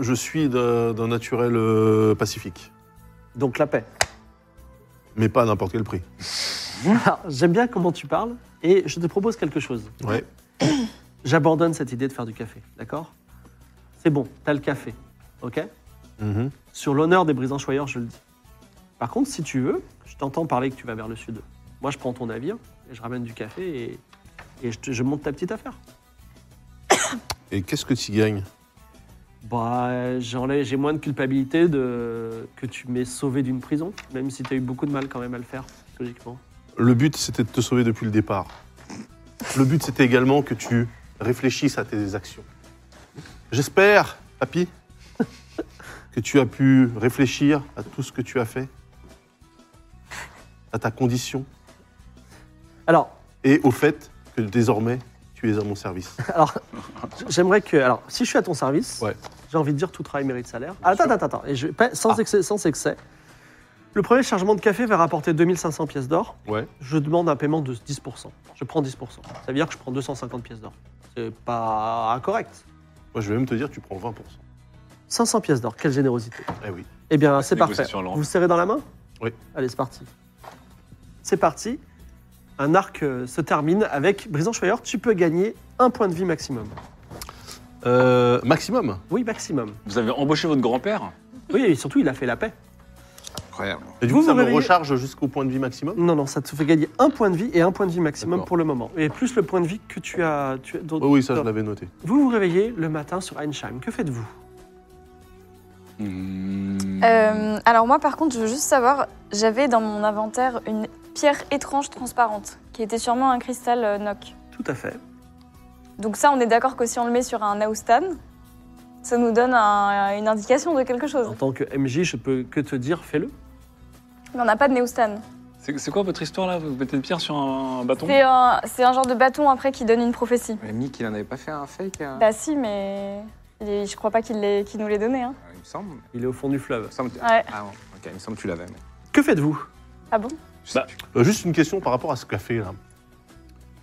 D: je suis d'un d'un naturel euh, pacifique,
A: Donc la paix.
D: mais pas à n'importe quel prix. Mmh.
A: Alors, J'aime bien comment tu parles et je te propose quelque chose.
D: Ouais.
A: J'abandonne cette idée de faire du café, d'accord C'est bon, t'as le café, ok
D: Mhm.
A: Sur l'honneur des brisanchoyeurs, je le dis. Par contre, si tu veux, je t'entends parler que tu vas vers le sud. Moi, je prends ton navire et je ramène du café et, et je, te- je monte ta petite affaire.
D: Et qu'est-ce que tu gagnes
A: Bah, j'enlève, j'ai moins de culpabilité de, que tu m'aies sauvé d'une prison, même si t'as eu beaucoup de mal quand même à le faire, logiquement.
D: Le but, c'était de te sauver depuis le départ. Le but, c'était également que tu réfléchisses à tes actions. J'espère, papy, que tu as pu réfléchir à tout ce que tu as fait, à ta condition
A: Alors,
D: et au fait que désormais, tu es à mon service.
A: alors j'aimerais que. Alors, si je suis à ton service,
D: Ouais.
A: j'aimerais J'ai envie de dire tout travail mérite salaire. attends, attends, attends, attends. Et je, pas- sans, excès, sans excès. Le premier chargement de café va rapporter 2500 pièces d'or.
D: Ouais.
A: Je demande un paiement de 10%. Je prends 10%. Ça veut dire que je prends 250 pièces d'or. C'est pas incorrect.
D: Moi, je vais même te dire, tu prends 20%.
A: 500 pièces d'or, quelle générosité.
D: Eh oui.
A: Eh bien, c'est parfait.
B: négociation à l'orange.
A: Vous serrez dans la main
D: Oui.
A: Allez, c'est parti. C'est parti. Un arc euh, se termine avec Brisant Choyeur, tu peux gagner un point de vie maximum.
D: Euh, maximum.
A: Oui, maximum.
B: Vous avez embauché votre grand-père
A: Oui, et surtout, il a fait la paix.
C: Incroyable.
D: Et du
A: Vous,
D: coup, ça
A: vous
D: me
A: réveillez-
D: recharge jusqu'au point de vie maximum.
A: Non, non, ça te fait gagner un point de vie et un point de vie maximum
D: D'accord.
A: pour le moment. Et plus le point de vie que tu as. tu as- dont-
D: Oh oui, ça, je l'avais noté.
A: Vous vous réveillez le matin sur Einsheim. Que faites-vous
B: Hmm.
E: Euh, alors moi par contre, je veux juste savoir, j'avais dans mon inventaire une pierre étrange transparente qui était sûrement un cristal euh, Nock.
A: Tout à fait.
E: Donc ça, on est d'accord que si on le met sur un Naustan, ça nous donne un- une indication de quelque chose.
A: En tant que MJ, je peux que te dire, fais-le.
E: Mais on n'a pas de Naustan.
B: C'est c'est quoi votre histoire là Vous mettez une pierre sur un bâton
E: C'est un, c'est un genre de bâton après qui donne une prophétie.
C: Mais Mick, il en avait pas fait un fake, hein
E: Bah si, mais il est- je crois pas qu'il l'ait- qu'il nous l'ait donné. Hein.
C: il me semble.
A: Il est au fond du fleuve.
C: Il me semble que-
E: Ouais.
C: Ah, non. ok, il me semble que tu l'avais. mais-
A: Que faites-vous
E: Ah bon
D: Euh, juste une question par rapport à ce café, là.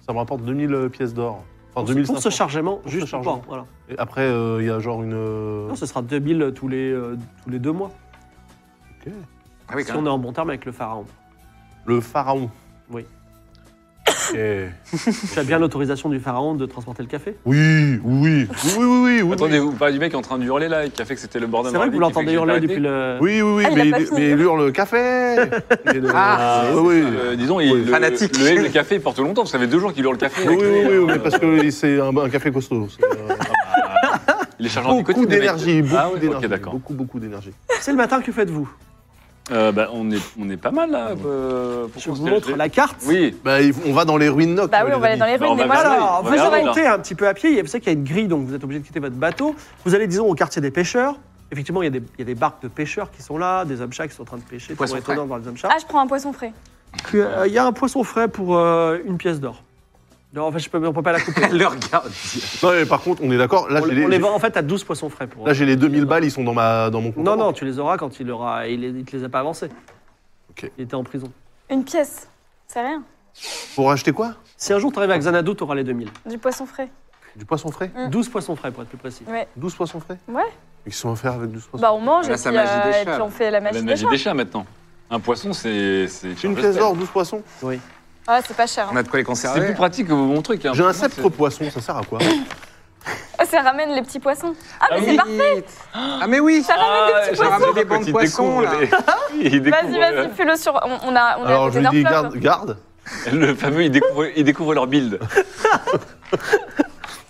D: Ça me rapporte 2000 euh, pièces d'or. Enfin, 2500.
A: Pour ce chargement,
D: ce
A: juste
D: chargement.
A: pour- voilà.
D: Et après, euh, il y a genre une. euh,
A: Non, ce sera 2000 tous les, euh, tous les deux mois.
D: ok.
C: Ah oui,
A: Si
C: quand
A: on
C: même.
A: est en bon terme avec le pharaon.
D: Le pharaon.
A: Oui.
D: Et-
A: Tu as bien l'autorisation du pharaon de transporter le café
D: Oui, oui, oui, oui, oui, oui. oui.
B: Attendez, vous parlez du mec qui est en train de hurler là et qui a fait que c'était le bordel.
A: C'est vrai que
B: morbide
A: vous
B: qui fait
A: l'entendez
B: j'ai
A: hurler
B: arrêté.
A: depuis le...
D: Oui, oui, oui,
E: Ah, il
D: mais,
E: a pas
D: il,
E: fini.
D: mais il hurle café Et le-
C: Ah,
D: euh, oui.
B: Euh, disons, il, le,
C: Fanatique.
B: le haine de café, il porte longtemps, parce que ça fait deux jours qu'il hurle le café.
D: Oui, oui, oui, oui, mais parce que c'est un, un café costaud. C'est, euh,
B: Ah, Il est chargé en
D: beaucoup
B: nicotine, le mec.
D: d'énergie, beaucoup
B: Ah oui, ok,
D: d'énergie.
B: d'accord.
D: beaucoup, beaucoup d'énergie.
A: C'est le matin, que faites-vous
B: Euh, bah, on, est, on est pas mal là. euh, pour
A: Je vous
B: considérer-
A: montre la carte.
B: Oui,
D: Bah, il- on va dans les ruines Noc.
E: Bah oui, on va aller dans les
B: Bah, on
E: ruines. mais
B: va
D: Ah
E: moi,
B: vers
E: je-
B: là.
A: Alors,
B: oui,
A: vous
B: regardez, là.
A: montez un petit peu à pied. Vous savez qu'il y a une grille, donc vous êtes obligé de quitter votre bateau. Vous allez, disons, au quartier des pêcheurs. Effectivement, il y, a des, il y a des barques de pêcheurs qui sont là, des hommes chats qui sont en train de pêcher.
C: Poisson
A: Toujours
C: frais.
A: étonnant de voir les hommes chats.
E: Ah, je prends un poisson frais.
A: Puis, euh, il y a un poisson frais pour euh, une pièce d'or. Non, enfin, je peux, on peut pas la couper.
C: Elle le regarde.
D: Non, mais par contre, on est d'accord. Là,
A: on,
D: j'ai
A: les- on les
D: les,
A: vend en fait à 12 poissons frais pour.
D: là, j'ai les 2000 balles, ils sont dans, ma, dans mon compte.
A: non, non, tu les auras quand il aura. Il, il te les a pas avancés.
D: Ok.
A: Il était en prison.
E: Une pièce, c'est rien.
D: Pour acheter quoi
A: Si un jour tu arrives à Xanadu, tu auras les 2000.
E: Du poisson frais.
D: Du poisson frais
E: Mm.
A: 12 poissons frais pour être plus précis.
D: 12 poissons frais
E: Ouais.
D: Ils sont offerts avec 12 poissons
E: Bah on mange
C: Là,
E: et,
C: sa
E: puis,
C: magie
E: euh,
C: des
E: et
C: chats.
E: puis on fait la magie,
B: la magie
E: des
B: des
E: chats.
B: chats maintenant. Un poisson, c'est. c'est-
D: Une
B: je
D: pièce
B: respecte.
D: d'or, 12 poissons
A: Oui.
E: Ah, c'est pas cher.
C: On a de quoi les
B: C'est plus
C: conserver.
B: pratique que mon truc. hein.
D: J'ai
B: Pour
D: un
B: moi, c'est-
D: sceptre poisson, ça sert à quoi
E: Ah, ça ramène les petits poissons. Ah, mais
B: Ah
E: c'est
B: oui.
E: parti.
C: Ah, mais oui
E: Ça ramène des petits
C: j'ai
E: poissons.
C: ramené des bancs de poissons, là.
E: Vas-y, vas-y, fais-le sur. On, on a, on
D: Alors,
E: a
D: je
E: côté
D: lui
E: d'un
D: dis, garde,
E: fleuve.
D: garde.
B: euh, Le fameux, il découvre, il découvre leur build.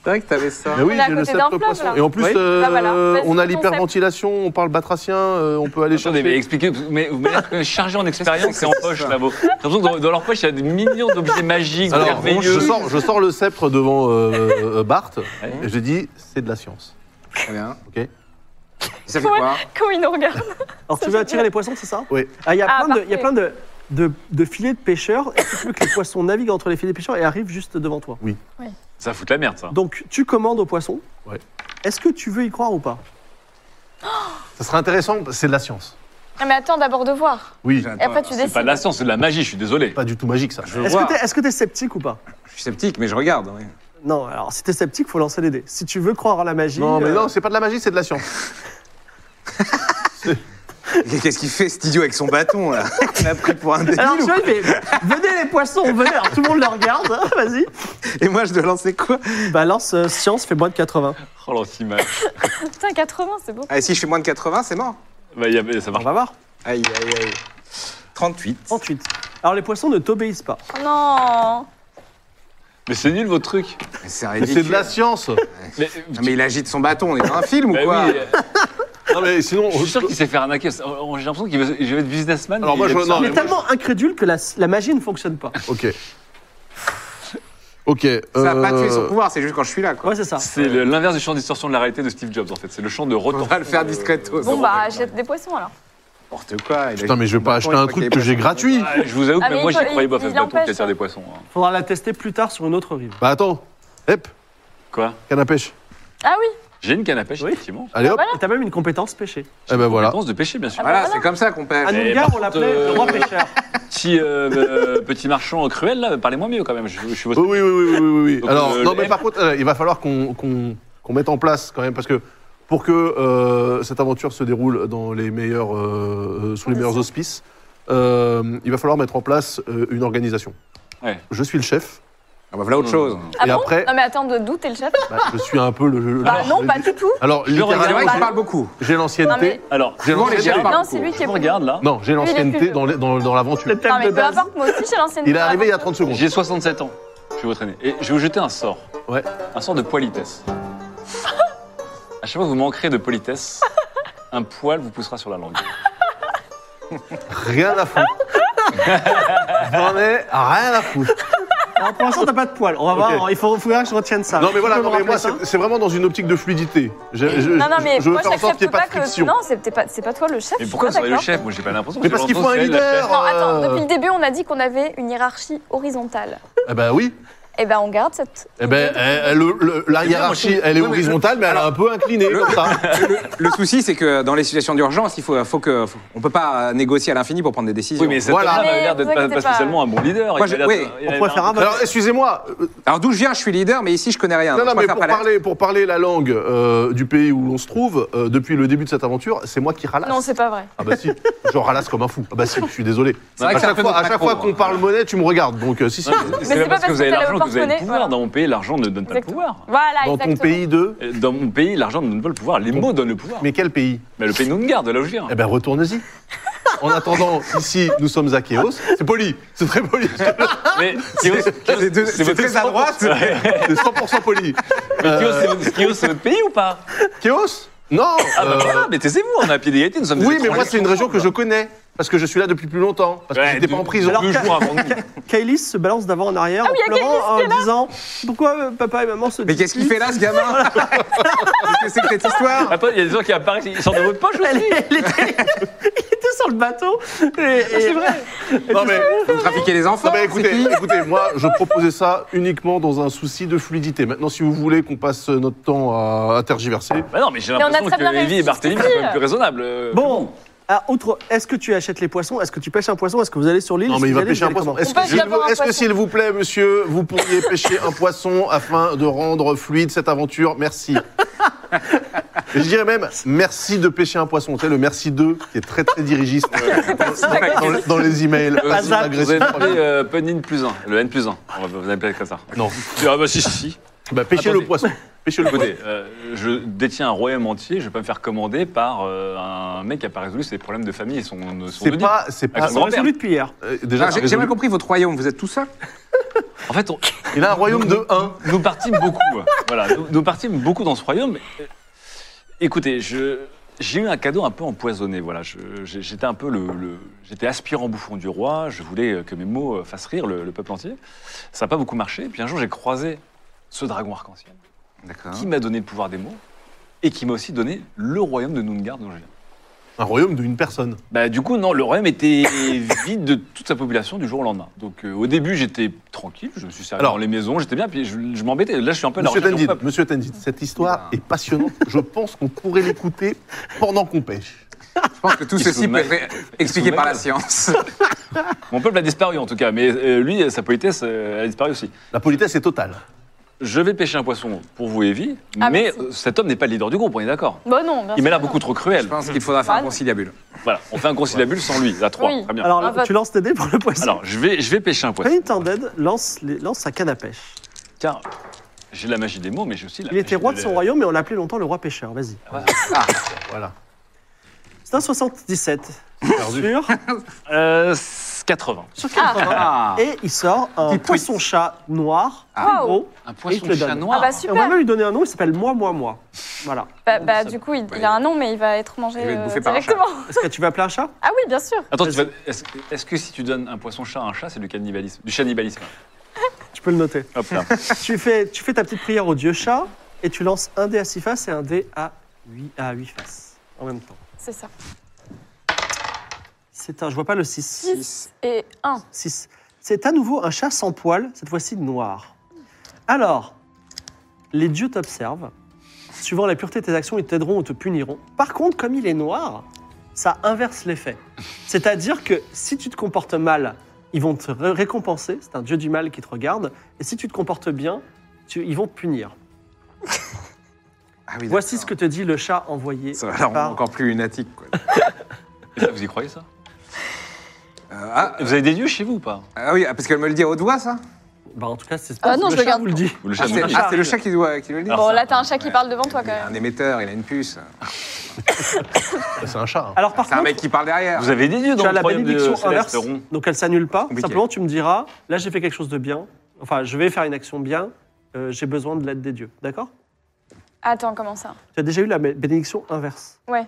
C: C'est vrai que t'avais ça.
D: Mais oui,
E: est à
D: j'ai le
E: côté d'un
D: sceptre
E: fleuve,
D: poisson.
E: là.
D: Et en plus,
A: Oui.
D: euh,
E: Bah voilà, vas-y,
D: on a
E: ton
D: l'hyperventilation, on parle batracien, euh, on peut aller
B: Attendez, mais
D: chercher.
B: expliquez, mais vous m'avez l'air quand même chargé en expérience et en poche,
C: ça.
B: Mavo. J'ai l'impression que dans, dans leur poche, il y a des millions d'objets magiques,
D: Alors, bon, je,
B: merveilleux.
D: sors, je sors le sceptre devant euh, euh, Bart et je dis, c'est de la science.
C: Très bien.
D: Ok.
C: Ça fait quoi
E: Comment il nous regarde
A: Alors tu veux attirer les poissons, c'est ça
D: Oui.
A: Ah, Il y a
E: Ah,
A: plein, de, il y a
E: parfait.
A: plein de, de- de filets de pêcheurs. Est-ce que tu veux que les poissons naviguent entre les filets de pêcheurs et arrivent juste devant toi
B: Ça fout la merde, ça.
A: Donc tu commandes aux poissons.
D: Ouais.
A: Est-ce que tu veux y croire ou pas
D: Ça serait intéressant, c'est de la science.
E: Ah, Mais attends d'abord de voir.
D: Oui,
E: Et après,
C: J'attends,
E: tu décides.
B: C'est pas de la science, c'est de la magie, je suis désolé.
D: pas du tout magique ça.
C: Je veux
A: Est-ce
C: voir.
A: que tu es, sceptique ou pas
C: Je suis sceptique, mais je regarde. oui.
A: Non, alors si tu es sceptique, faut lancer les dés. Si tu veux croire à la magie.
D: Non, mais
A: euh,
D: non, c'est pas de la magie, c'est de la science.
C: Et Qu'est-ce qu'il fait, cet idiot, avec son bâton, là Il a pris pour un débile.
A: Alors
C: ou
A: tu vois, il fait, venez les poissons, venez. Alors tout le monde le regarde, hein, vas-y.
C: Et moi, je dois lancer quoi
A: Balance euh, science, fais moins de 80.
B: Oh, l'anti-mage.
E: Putain, 80, c'est beau.
C: Ah, et si je fais moins de 80, c'est mort.
B: Bah, il y a- ça
A: On
B: marche.
A: va voir.
C: Aïe, aïe, Oh. aïe. 38.
A: 38. Alors les poissons ne t'obéissent pas.
E: Oh, non
B: Mais c'est nul, votre truc.
C: Mais C'est
D: Mais
C: ridicule.
D: c'est de la science.
B: Mais,
D: Ah,
C: Non, Ah, mais il agite son bâton, on est dans un film ou
B: Bah
C: quoi
B: oui,
D: Non, mais sinon,
B: je suis sûr qu'il s'est fait arnaquer. J'ai l'impression qu'il veut, je vais être businessman.
D: Alors
B: et
D: moi,
B: il
D: je-
B: aime ça.
D: non,
A: Il
D: mais
A: est tellement incrédule que la, la magie ne fonctionne pas.
D: ok. Ok.
C: Ça a pas tué son
D: euh,
C: pouvoir, c'est juste quand je suis là, quoi.
A: Ouais, c'est ça.
B: C'est le- l'inverse du champ de distorsion de la réalité de Steve Jobs, en fait. C'est le champ de
C: On
B: retour.
C: va le faire discretos.
E: Bon,
B: bon,
E: bah,
B: d'accord.
E: achète des poissons alors.
C: N'importe quoi. il
D: Putain,
C: agite
D: mais je
C: son
D: vais pas
C: bâton, Bah,
D: acheter
C: il
D: un
C: faut
D: truc
C: qu'il
D: que
C: passe
D: j'ai
C: son
D: gratuit.
C: temps.
B: Ah, Je vous avoue que
E: Ah,
B: même
E: mais
B: moi,
E: il
B: j'y
E: faut-
B: croyais pas.
E: il-
B: Faites
E: il
B: bâton qui
E: empêche,
B: attire
E: hein.
B: des poissons. hein.
A: Faudra la tester plus tard sur une autre rive.
D: Bah attends, hep,
B: Quoi
D: canne à pêche.
E: Ah oui
B: J'ai une canne à pêche,
A: Oui.
B: effectivement.
D: Allez hop,
A: Et t'as même une compétence pêchée.
D: eh ben Ah, bah voilà.
B: Compétence de pêcher, bien sûr.
C: Voilà,
E: voilà.
C: c'est comme ça qu'on pêche.
A: À
B: mais
A: Noungar,
B: par
A: on l'appelait
B: contre,
A: le roi pêcheur.
B: Petit, euh, euh, petit marchand cruel, là, parlez-moi mieux quand même. Je, je suis votre.
D: Oui, oui, oui, oui, oui, oui, oui.
B: Donc,
D: Alors,
B: le-
D: non,
B: le
D: mais
B: M.
D: par contre, euh, il va falloir qu'on qu'on- qu'on mette en place quand même, parce que pour que euh, cette aventure se déroule dans les meilleurs, euh, euh, sous les meilleurs auspices, euh, il va falloir mettre en place euh, une organisation.
B: Ouais.
D: Je suis le chef,
C: Ah bah voilà autre chose.
E: Ah
D: et
E: bon
D: après,
E: Non mais attends, de d'où t'es le chef
D: bah, je suis un peu le. le-
E: Bah
D: le-
E: non, pas du tout.
D: Alors,
C: C'est
D: littéralement,
C: vrai qu'il
D: j'ai-
C: parle beaucoup.
D: j'ai
E: Non, mais-
D: l'ancienneté.
B: Alors,
D: J'ai
C: Souvent, les
D: l'ancienneté.
C: gens parlent
E: Non,
C: beaucoup.
E: c'est lui qui
B: je
E: est
B: vous regarde là.
D: Non, j'ai
E: il est plus
D: l'ancienneté
E: vieux.
D: dans, les- dans, dans l'aventure.
A: Le
E: Non
A: thème
E: mais
A: de
E: peu
A: base.
E: importe, moi aussi j'ai l'ancienne.
D: Il est arrivé il y a 30 secondes.
B: J'ai 67 ans. Je suis votre aîné. Et je vais vous jeter un sort.
D: Ouais.
B: Un sort de politesse. à chaque fois que vous manquerez de politesse, un poil vous poussera sur la langue.
D: Rien à foutre. J'en ai rien à foutre.
A: Alors, pour l'instant, t'as pas de poils. On va voir.
D: Ok.
A: Il faut, faudra que je retienne ça.
D: Non
A: Tu
D: mais voilà,
A: peux me
D: non, mais
A: rappeler
D: moi
A: ça
D: c'est c'est vraiment dans une optique de fluidité. Je, je-
E: Non, non, mais
D: je veux
E: moi
D: faire en sorte qu'il
E: j'accepte
D: n'y ait pas
E: pas
D: de friction.
E: que. Non, c'est peut-être pas, c'est pas toi le chef.
B: Mais
E: je
B: pourquoi vous
E: suis
B: serez le
E: pas Ah, d'accord.
B: chef Moi, j'ai pas l'impression.
D: Mais parce qu'il faut un
B: Jean-François, la
D: leader.
B: chef.
E: Non, attends,
D: Euh,
E: depuis le début, on a dit qu'on avait une hiérarchie horizontale.
D: Eh ben oui.
E: Eh ben, on garde cette.
D: Eh ben elle- le- le-
C: bien,
D: la
C: moi,
D: hiérarchie,
C: je-
D: elle est
C: Oui, mais le-
D: horizontale, mais elle est un peu inclinée
C: le-
D: comme ça.
C: Le, le souci, c'est que dans les situations d'urgence, il faut, faut que, faut- on peut pas négocier à l'infini pour prendre des décisions.
B: Oui, mais cette
D: Voilà.
B: voilà. a
E: Mais
B: l'air d'être
E: vous
B: pas,
E: inquiétez
B: pas
E: pas.
B: spécialement un bon leader.
C: Moi,
B: Il a
C: je-
B: l'air
C: oui,
B: d'être- il a
A: On
B: l'air
A: pourrait faire un vote.
D: Alors excusez-moi. euh,
C: Alors d'où je viens, je suis leader, mais ici, je connais rien. donc
D: Non, non,
C: je
D: mais
C: préfère
D: pour
C: pas la-
D: parler, pour parler la langue euh, du pays où l'on se trouve, euh, depuis le début de cette aventure, c'est moi qui ralasse.
E: Non, c'est pas vrai.
D: Ah bah si, je ralasse comme un fou. Ah bah si, je suis désolé.
C: C'est vrai
D: à
C: que ça
D: chaque
C: fait
D: fois,
C: notre
D: à chaque
C: macro,
D: fois qu'on
C: hein.
D: parle monnaie, tu me regardes. Donc euh, si si.
B: Non, mais
E: c'est
B: C'est pas parce que vous avez
E: t'as le
B: l'argent que vous avez le
E: porte-monnaie,
B: pouvoir.
E: voilà.
B: Dans mon pays, l'argent ne donne pas le
E: Exactement.
B: pouvoir.
E: Voilà,
D: Dans ton
E: exactement.
D: pays de.
B: Euh, Dans mon pays, l'argent ne donne pas le pouvoir. Les mots donnent le pouvoir.
D: Mais quel pays
B: Mais le pays nous garde, là où je viens.
D: Eh ben retourne-y. En attendant, ici, nous sommes à Kéos. C'est poli, c'est très poli.
B: Mais Kios,
C: C'est de-
B: c'est
C: c'est
B: votre
C: très à droite.
D: C'est 100% poli. Euh,
B: Kios, c'est votre pays ou pas
D: Kéos Non
B: Ah bah
D: euh,
B: voilà, mais taisez-vous, on est à pied d'égalité, nous sommes des
D: Oui, mais moi,
B: étrangers.
D: c'est une région que je connais. Parce que je suis là depuis plus longtemps. Parce que
B: Ouais,
D: j'étais
B: deux-
D: pas en prison.
B: Deux jours avant nous.
A: Kailis se balance d'avant en arrière en
E: Ah il y a
A: pleurant, en disant Pourquoi euh, papa et maman se
C: Mais qu'est-ce qu'il fait là, ce gamin Qu'est-ce que c'est que cette histoire
B: Attends, il y a des gens qui apparaissent, ils sortent de votre poche
A: Elle,
B: aussi.
A: est- elle était, il était sur le bateau.
E: Ah,
A: C'est vrai.
D: Non, mais,
C: Vous trafiquez les enfants
D: non, mais
C: c'est
D: écoutez,
C: qui
D: écoutez, moi, je proposais ça uniquement dans un souci de fluidité. Maintenant, si vous voulez qu'on passe notre temps à, à tergiverser,
B: Bah non, mais j'ai
E: Mais on a
B: l'impression
E: très bien
B: que Evie et
E: réussi
B: Barthélémy sont
E: jusqu'ici.
B: quand même plus raisonnables. euh,
A: Bon. Ah, autre, est-ce que tu achètes les poissons Est-ce que tu pêches un poisson Est-ce que vous allez sur l'île
D: Non,
A: Est-ce
D: mais
A: que
D: il
A: vous
D: va
A: allez-
D: pêcher un
A: vous allez
D: poisson. Est-ce
E: On
D: que,
E: peut
D: s'il
E: d'abord
D: vous-
E: un
D: est-ce que,
E: poisson.
D: s'il vous plaît, monsieur, vous pourriez pêcher un poisson afin de rendre fluide cette aventure Merci. Et je dirais même merci de pêcher un poisson. Tu sais, le merci 2 qui est très très dirigiste euh, dans, dans- dans les emails.
B: Vous
D: Vas-y,
B: vous
D: agressif.
B: avez appelé euh, Penin plus 1, le N plus 1. On va vous appeler comme ça.
D: Non.
B: Ah bah si, si, si.
D: Bah, pêchez
B: Attendez.
D: le poisson. Pêchez le poisson.
B: Écoutez, euh, je détiens un royaume entier, je vais pas me faire commander par euh, un mec qui a pas résolu ses problèmes de famille et son, son
D: C'est
B: devis.
D: pas. C'est
B: Ah,
D: pas.
B: c'est
A: On est sur lui depuis hier.
D: euh,
C: Ah,
D: déjà,
C: J'ai j'ai mal compris votre royaume, vous êtes tout seul
B: En fait, on-
D: il a un royaume de 1.
B: nous partîmes beaucoup. hein. voilà, nous, nous partîmes beaucoup dans ce royaume. Euh, Écoutez, je- j'ai eu un cadeau un peu empoisonné. Voilà, Je- j'ai- j'étais un peu le, le- j'étais aspirant bouffon du roi. Je voulais que mes mots euh, fassent rire le, le peuple entier. Ça n'a pas beaucoup marché. Puis un jour, j'ai croisé ce dragon arc-en-ciel
C: D'accord.
B: qui m'a donné le pouvoir des mots et qui m'a aussi donné le royaume de Noongar dont je viens.
D: Un royaume d'une personne.
B: Bah, du coup, non, le royaume était vide de toute sa population du jour au lendemain. Donc, euh, au début, j'étais tranquille, je me suis servi
D: Alors-
B: dans les maisons, j'étais bien, puis je, je m'embêtais. Là, je suis un peu à la
D: Monsieur
B: recherche de mon
D: Tendid,
B: peuple. Ah.
D: Monsieur Tendid, cette histoire est passionnante. Je pense qu'on pourrait l'écouter pendant qu'on pêche.
C: Je pense que tout
B: Ils
C: ceci
B: sont
C: peut
B: mal-
C: être expliqué
B: sont
C: par la
B: mal.
C: science.
B: Mon peuple a disparu, en tout cas, mais euh, lui, sa politesse euh, elle a disparu aussi.
D: La politesse est totale.
B: Je vais pêcher un poisson pour vous, Evie,
E: Ah,
B: mais
E: merci.
B: euh, cet homme n'est pas le leader du groupe, on est d'accord
E: Bon, non, bien
B: Il m'a
E: sûr.
B: l'air beaucoup trop
C: Je
B: cruel.
C: pense qu'il faudra faire un
E: Voilà.
C: conciliabule.
B: Voilà, on fait un conciliabule sans lui, à trois.
E: Oui.
B: Très bien. Alors,
A: Alors,
E: Un vote.
A: tu lances tes dés pour le poisson.
B: je, vais, je vais pêcher un poisson,
A: Penny Tanded lance, les- lance sa canne à pêche.
B: car j'ai la magie des mots, mais j'ai aussi la
A: Il était
B: magie
A: roi de son
B: la-
A: royaume, mais on l'appelait longtemps le roi pêcheur. Vas-y.
D: Voilà.
A: C'est un 77
D: Perdu.
A: sur,
B: Euh, 80.
A: sur 80.
C: Ah.
A: Et il sort un
C: Petit
A: poisson-chat noir,
E: Ah.
A: tout gros.
B: Un
A: te le
B: poisson-chat
A: donne.
B: noir
E: Ah bah
A: Et on va
E: super.
A: même lui donner un nom, il s'appelle Moi, Moi, Moi. Voilà.
E: Bah, bah, du coup, il, il a un nom, mais il va être mangé
C: Il va être
E: euh,
C: bouffé par un
E: directement.
A: Est-ce que tu vas appeler un chat
E: Ah oui, bien sûr.
B: Attends, tu vas- est-ce est-ce que si tu donnes un poisson-chat à un chat, c'est du cannibalisme Du cannibalisme.
A: Tu peux le noter.
B: Hop là.
A: tu, fais, tu fais ta petite prière au dieu chat et tu lances un dé à six faces et un dé à 8, à huit faces en même temps.
E: C'est ça.
A: C'est un, je vois pas le 6.
E: 6 et 1.
A: 6. C'est à nouveau un chat sans poils, cette fois-ci noir. Alors, les dieux t'observent Suivant la pureté de tes actions, ils t'aideront ou te puniront. Par contre, comme il est noir, ça inverse l'effet. C'est-à-dire que si tu te comportes mal, ils vont te ré- récompenser, c'est un dieu du mal qui te regarde, et si tu te comportes bien, tu- ils vont te punir.
C: Ah oui,
A: Voici ce
C: d'accord.
A: que te dit le chat envoyé.
C: Ça va la
A: par-
C: rendre encore plus lunatique, quoi.
B: Et ça, vous y croyez ça
C: Euh, ah,
B: Vous avez des dieux chez vous ou pas
C: ah oui, ah, parce qu'elle me le dit à haute voix, ça
A: Bah, en tout cas, c'est
E: Ah non, je
A: le chat
E: regarde
A: vous le dit.
B: Ou le
C: Ah,
B: chat
C: c'est
B: nous dit
C: ah, c'est le chat qui, doit, qui nous le dit.
B: Alors,
E: Bon,
B: ça,
E: là, t'as un chat qui
C: ouais.
E: parle devant toi,
C: Il
E: quand
C: a un
E: même.
C: émetteur, il a une puce.
D: Bah, C'est un chat.
E: Ah,
D: hein.
A: Alors par
C: C'est un
A: contre,
C: mec qui parle derrière.
B: Vous avez des
A: tu
B: dieux dans
A: as
B: le
A: la
B: royaume de
A: bénédiction inverse,
B: Céleste Rond.
A: donc elle s'annule pas.
C: Compliqué.
A: Simplement, tu me diras, là, j'ai fait quelque chose de bien. Enfin, je vais faire une action bien. euh, j'ai besoin de l'aide des dieux, d'accord
E: Attends, comment ça
A: Tu as déjà eu la bé- bénédiction inverse.
E: Ouais.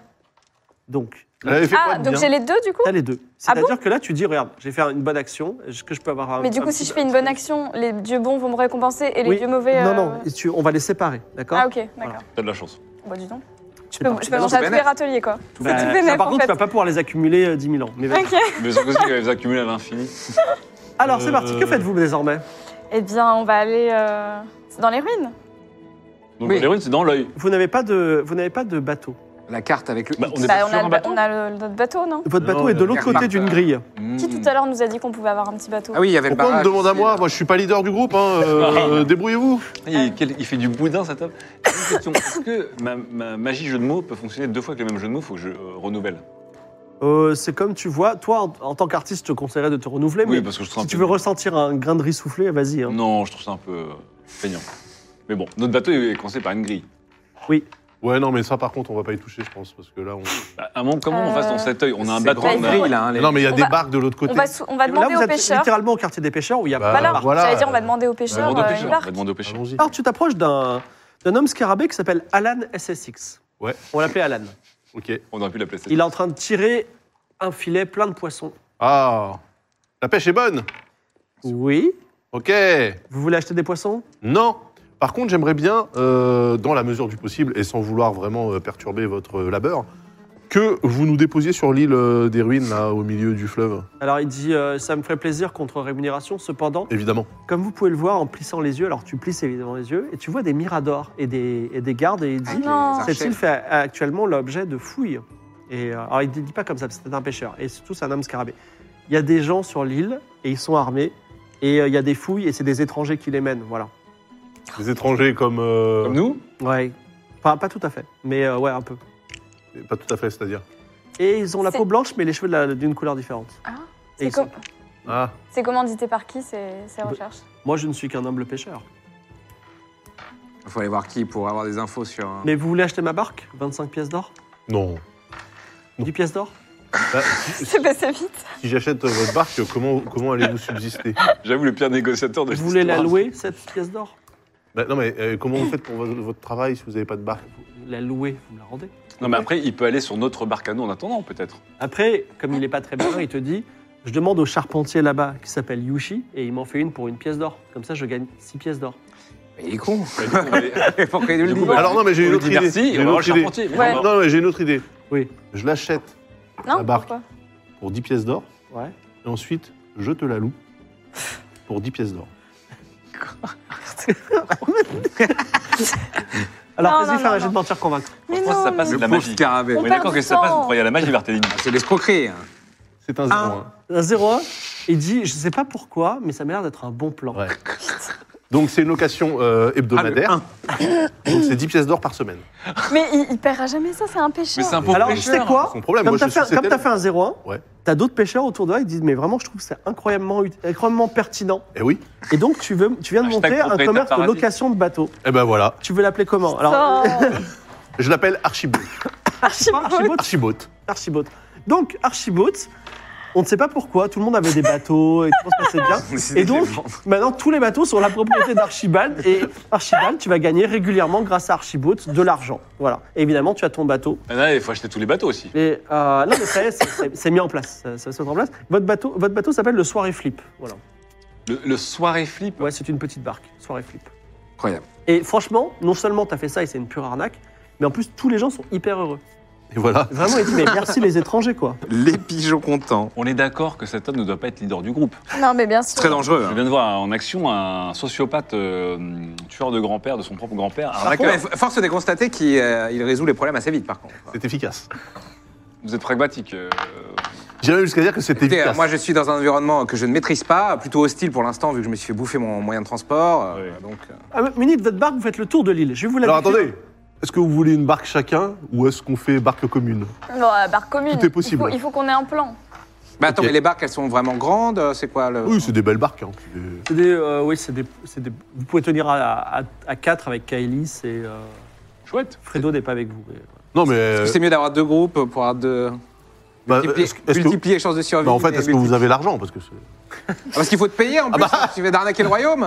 A: Donc,
D: Elle avait fait quoi
E: Ah,
D: de
E: donc
D: bien
E: j'ai les deux, du coup
A: tu as les deux. C'est-à-dire que là, tu dis, regarde, j'ai fait une bonne action. Est-ce que je peux avoir un.
E: Mais du
A: un
E: coup,
A: petit-
E: si je fais une bonne action, les dieux bons vont me récompenser et les
A: Oui.
E: dieux mauvais.
A: Non,
E: euh,
A: non, et tu- on va les séparer, d'accord
E: Ah, ok, d'accord.
B: T'as de la chance.
E: Bah, dis donc.
A: C'est
E: Je peux,
A: parti.
E: je peux
C: Non,
E: manger à
C: c'est
E: tous les
C: bénef.
E: râteliers, quoi.
A: Bah,
E: tout bénef,
A: ça, par
E: en
A: contre, tu
E: fait.
A: vas pas pouvoir les accumuler euh, 10 000 ans. mais vas-y.
E: Ok.
B: Mais c'est possible qu'elle les accumule à l'infini.
A: Alors, c'est parti. Que
D: Euh,
A: faites-vous désormais
E: Eh bien, on va aller euh, dans les ruines.
B: Donc
C: Oui.
B: les ruines, c'est dans l'œil.
A: Vous n'avez pas de, vous n'avez pas de bateau.
C: La carte avec le.
B: Bah,
C: X.
B: on est
E: Bah,
B: pas
E: on
B: sur
E: a,
B: un
E: le-
B: bateau
E: on a le- notre bateau, non
A: Votre
D: Non,
A: bateau est de
D: euh,
A: l'autre côté
C: Carmar,
A: d'une
C: euh,
A: grille.
E: Qui
B: Hmm.
E: tout à l'heure nous a dit qu'on pouvait avoir un petit bateau
C: Ah oui, il y avait le
D: Pourquoi on me
C: barrage.
D: demande à
C: aussi,
D: moi
C: là.
D: Moi, je suis pas leader du groupe. hein, euh, Débrouillez-vous.
B: il, quel- il fait du boudin, cette table. Une question. Est-ce que ma, ma magie jeu de mots peut fonctionner deux fois avec le même jeu de mots Faut que je euh, renouvelle.
A: Euh, c'est comme tu vois, toi, en, en tant qu'artiste, je te conseillerais de te renouveler,
B: Oui,
A: mais
B: parce que je trouve
A: si
B: un
A: tu
B: peu-
A: veux ressentir un grain de riz soufflé, vas-y. hein.
B: Non, je trouve ça un peu euh, feignant. Mais bon, notre bateau est coincé par une grille.
D: Ouais, non, mais ça, par contre, on va pas y toucher, je pense, parce que là, on.
B: Bah, à un moment, comment on fasse dans cet œil On a un
C: C'est
B: bateau.
C: grande
B: on a-
C: grille, là. hein, les-
D: Non, mais il y a
E: On
D: des
E: va-
D: barques de l'autre côté.
E: On va, sou- on va
A: Là,
E: demander
A: vous
E: aux
A: êtes
E: pêcheurs.
A: littéralement au quartier des pêcheurs où il y a
D: Bah,
A: pas de
E: Voilà,
A: barque.
D: voilà.
E: j'allais dire, on va demander aux
B: On va
E: pêcheurs
B: demander
E: euh,
B: aux
E: une
B: pêcheurs. On
E: barque.
B: va demander aux pêcheurs.
E: Oh.
D: Allons-y.
A: Alors, tu t'approches d'un d'un homme scarabée qui s'appelle Alan SSX.
D: Ouais.
A: On l'appelait Alan.
D: Ok.
B: On aurait pu l'appeler ça.
A: Il est en train de tirer un filet plein de poissons.
D: Ah, la pêche est bonne.
A: Oui.
D: Ok.
A: Vous voulez acheter des poissons
D: Non. Par contre, j'aimerais bien, euh, dans la mesure du possible et sans vouloir vraiment euh, perturber votre euh, labeur, que vous nous déposiez sur l'île euh, des ruines, là, au milieu du fleuve,
A: Alors il dit euh, ça me ferait plaisir contre rémunération. Cependant,
D: évidemment.
A: comme vous pouvez le voir en plissant les yeux, alors tu plisses évidemment les yeux et tu vois des miradors et des, et des gardes et il dit
C: Avec les
E: Ah Non.
C: archers.
A: Cette île fait actuellement l'objet de fouilles. Et, euh, alors, il ne dit pas comme ça, parce que c'est un pêcheur. Et surtout, c'est un homme scarabée. Il y a des gens sur l'île, et ils sont armés. Et euh, il y a des fouilles, et c'est des étrangers qui les mènent, voilà.
D: Des étrangers comme. euh,
B: Comme nous
A: Ouais. Enfin, pas tout à fait, mais euh, ouais, un peu.
D: Pas tout à fait, c'est-à-dire.
A: Et ils ont la
E: C'est-
A: peau blanche, mais les cheveux de la- d'une couleur différente.
E: Ah,
A: Et
E: C'est
A: ils sont-
E: com-
D: Ah,
E: c'est commandité par qui ces, ces recherches
A: Moi, je ne suis qu'un humble pêcheur.
C: Il faut aller voir qui pour avoir des infos sur. euh,
A: Mais vous voulez acheter ma barque 25 pièces d'or
D: non.
A: 10 pièces d'or
D: Bah, si
E: C'est passé vite.
D: si j'achète euh, votre barque, comment, comment allez-vous subsister
B: J'avoue, le pire négociateur de
A: Vous
B: cette
A: voulez la
B: histoire.
A: louer, cette pièce d'or
D: Bah, Non, mais euh, comment vous faites pour vo- votre travail si vous n'avez pas de barque
A: Vous la louez, vous me la rendez.
B: Non, mais après, il peut aller sur notre barque à nous en attendant, peut-être.
A: Après, comme il n'est pas très bien, il te dit Je demande au charpentier là-bas qui s'appelle Yushi et il m'en fait une pour une pièce d'or. Comme ça, je gagne 6 pièces d'or.
C: Mais Il est con.
B: Bah, du coup, on va aller-
C: Pourquoi il nous le
B: Du
C: dit
B: coup, bah,
D: Alors, non, mais j'ai
B: on
D: une
B: lui
D: autre
B: dit
D: idée.
B: Merci,
D: J'ai
B: et on va
D: une
B: voir le
D: autre idée.
B: charpentier.
E: Ouais.
B: Bon, bah,
D: Non, mais j'ai une autre idée.
A: Oui.
D: Je l'achète
E: Non
D: La barque.
E: Pourquoi
D: pour 10 pièces d'or.
A: Ouais.
D: Et ensuite, je te la loue pour 10 pièces d'or.
A: Alors,
E: Non,
A: vas-y,
E: non,
A: faire un
E: non,
A: jet de
E: non.
A: mentir convaincre.
E: Mais
B: pense que ça
E: non,
B: passe
E: mais-
C: Le
B: de la
C: pauvre
B: magie.
C: scarabée.
B: On
E: On
B: est
E: perd
B: d'accord
E: du
B: que ça passe,
E: temps.
B: vous croyez à la magie, Barthélémy.
C: C'est l'escroquerie. hein.
D: C'est un zéro.
C: Ah.
D: hein.
A: Un 0 il dit Je sais pas pourquoi, mais ça m'a l'air d'être un bon plan.
D: Ouais. Donc, c'est une location euh, hebdomadaire.
C: Ah,
D: Donc, c'est 10 pièces d'or par semaine.
E: Mais il, il paiera jamais ça, c'est un péché. hein.
B: Mais c'est un pauvre
A: Alors, tu
B: pêcheur.
A: sais quoi
D: Son problème,
A: Comme
D: moi,
A: t'as
D: je suis
A: fait, comme t'as
D: tel.
A: fait un 0-1,
D: Ouais.
A: t'as d'autres pêcheurs autour de toi qui disent Mais vraiment, je trouve que c'est incroyablement, ut- incroyablement pertinent.
D: Eh oui.
A: Et donc, tu, veux, tu viens de
B: Hashtag
A: monter un
B: propriétaire
A: commerce de
B: paradis.
A: location de bateaux.
D: Eh ben voilà.
A: Tu veux l'appeler comment Alors,
D: Je l'appelle Archibald.
A: Archibaud,
D: Archibald.
A: Archibaud. Donc, Archibaud, on ne sait pas pourquoi, tout le monde avait des bateaux et tout se passait bien.
C: décidé
A: Et
C: de les
A: donc, maintenant, tous les bateaux sont la propriété d'Archibald. Et Archibald, tu vas gagner régulièrement, grâce à Archibaud, de l'argent. Voilà. Et évidemment, tu as ton bateau.
B: Ah, non, Il faut acheter tous les bateaux aussi.
A: Et, euh, non, mais ça y est, c'est- c'est c'est mis en place. Ça, ça se met en place. Votre bateau, votre bateau s'appelle le Soirée Flip. Voilà.
B: Le, le soirée flip.
A: Ouais, c'est une petite barque. Soirée Flip.
C: Incroyable.
A: Et franchement, non seulement tu as fait ça et c'est une pure arnaque, mais en plus, tous les gens sont hyper heureux.
D: Et voilà.
A: Vraiment, il dit, mais merci les étrangers, quoi.
C: Les pigeons contents.
B: On est d'accord que cet homme ne doit pas être leader du groupe.
E: Non, mais bien
C: C'est très
E: sûr.
C: dangereux.
B: Je
C: hein.
B: viens de voir en action un sociopathe euh, tueur de grand-père, de son propre grand-père.
C: Par contre,
B: arnaqueur.
C: mais force de constater qu'il euh, il résout les problèmes assez vite, par contre.
D: C'est efficace.
B: Vous êtes pragmatique. euh,
D: J'irais jusqu'à dire que c'est
C: Écoutez,
D: efficace.
C: euh, moi, je suis dans un environnement que je ne maîtrise pas, plutôt hostile pour l'instant, vu que je me suis fait bouffer mon moyen de transport. euh,
B: Oui.
C: donc, euh,
A: Ah, mais Minute, votre barque, vous faites le tour de l'île. Je vais vous la
D: Alors
A: décrire.
D: attendez, est-ce que vous voulez une barque chacun ou est-ce qu'on fait barque commune
E: Bon, euh, barre commune.
D: Tout est possible. hein.
E: Il faut, il faut qu'on ait un plan.
C: Bah attends,
D: Ok.
C: mais les barques, elles sont vraiment grandes euh, C'est quoi le.
D: Oui, c'est des belles barques. hein. C'est des-
A: C'est des, euh, oui, c'est des, c'est des- Vous pouvez tenir à, à, 4 avec Kylie, c'est. euh,
B: Chouette.
A: Fredo n'est pas avec vous. mais-
D: Non, mais.
C: Est-ce que c'est mieux d'avoir deux groupes pour avoir deux.
D: bah,
C: multiplier
D: est-ce que- est-ce que-
C: multiplier les chances de survie
D: bah, en fait,
C: mais
D: est-ce que Ah, vous avez l'argent Parce que c'est-
C: multi- Parce qu'il faut te payer en plus,
D: bah.
C: si tu veux d'arnaquer le royaume.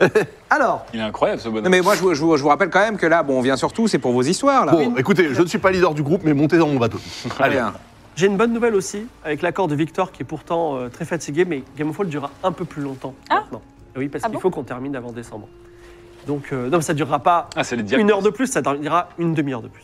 C: non,
A: Alors,
B: Il est incroyable ce bonhomme.
C: mais moi, je, vous- je vous- je vous rappelle quand même que là, bon, on vient surtout, c'est pour vos histoires, là.
D: Bon, écoutez, je ne suis pas leader du groupe, mais montez dans mon bateau.
C: Très
D: Allez.
C: bien.
A: j'ai une bonne nouvelle aussi, avec l'accord de Victor qui est pourtant euh, très fatigué, mais Game of Thrones durera un peu plus longtemps maintenant. Et Oui, parce
E: Ah
A: qu'il
E: bon
A: faut qu'on termine avant décembre. Donc, euh, non, mais ça durera pas
B: Ah, c'est les diables.
A: une heure de plus, ça durera une demi-heure de plus.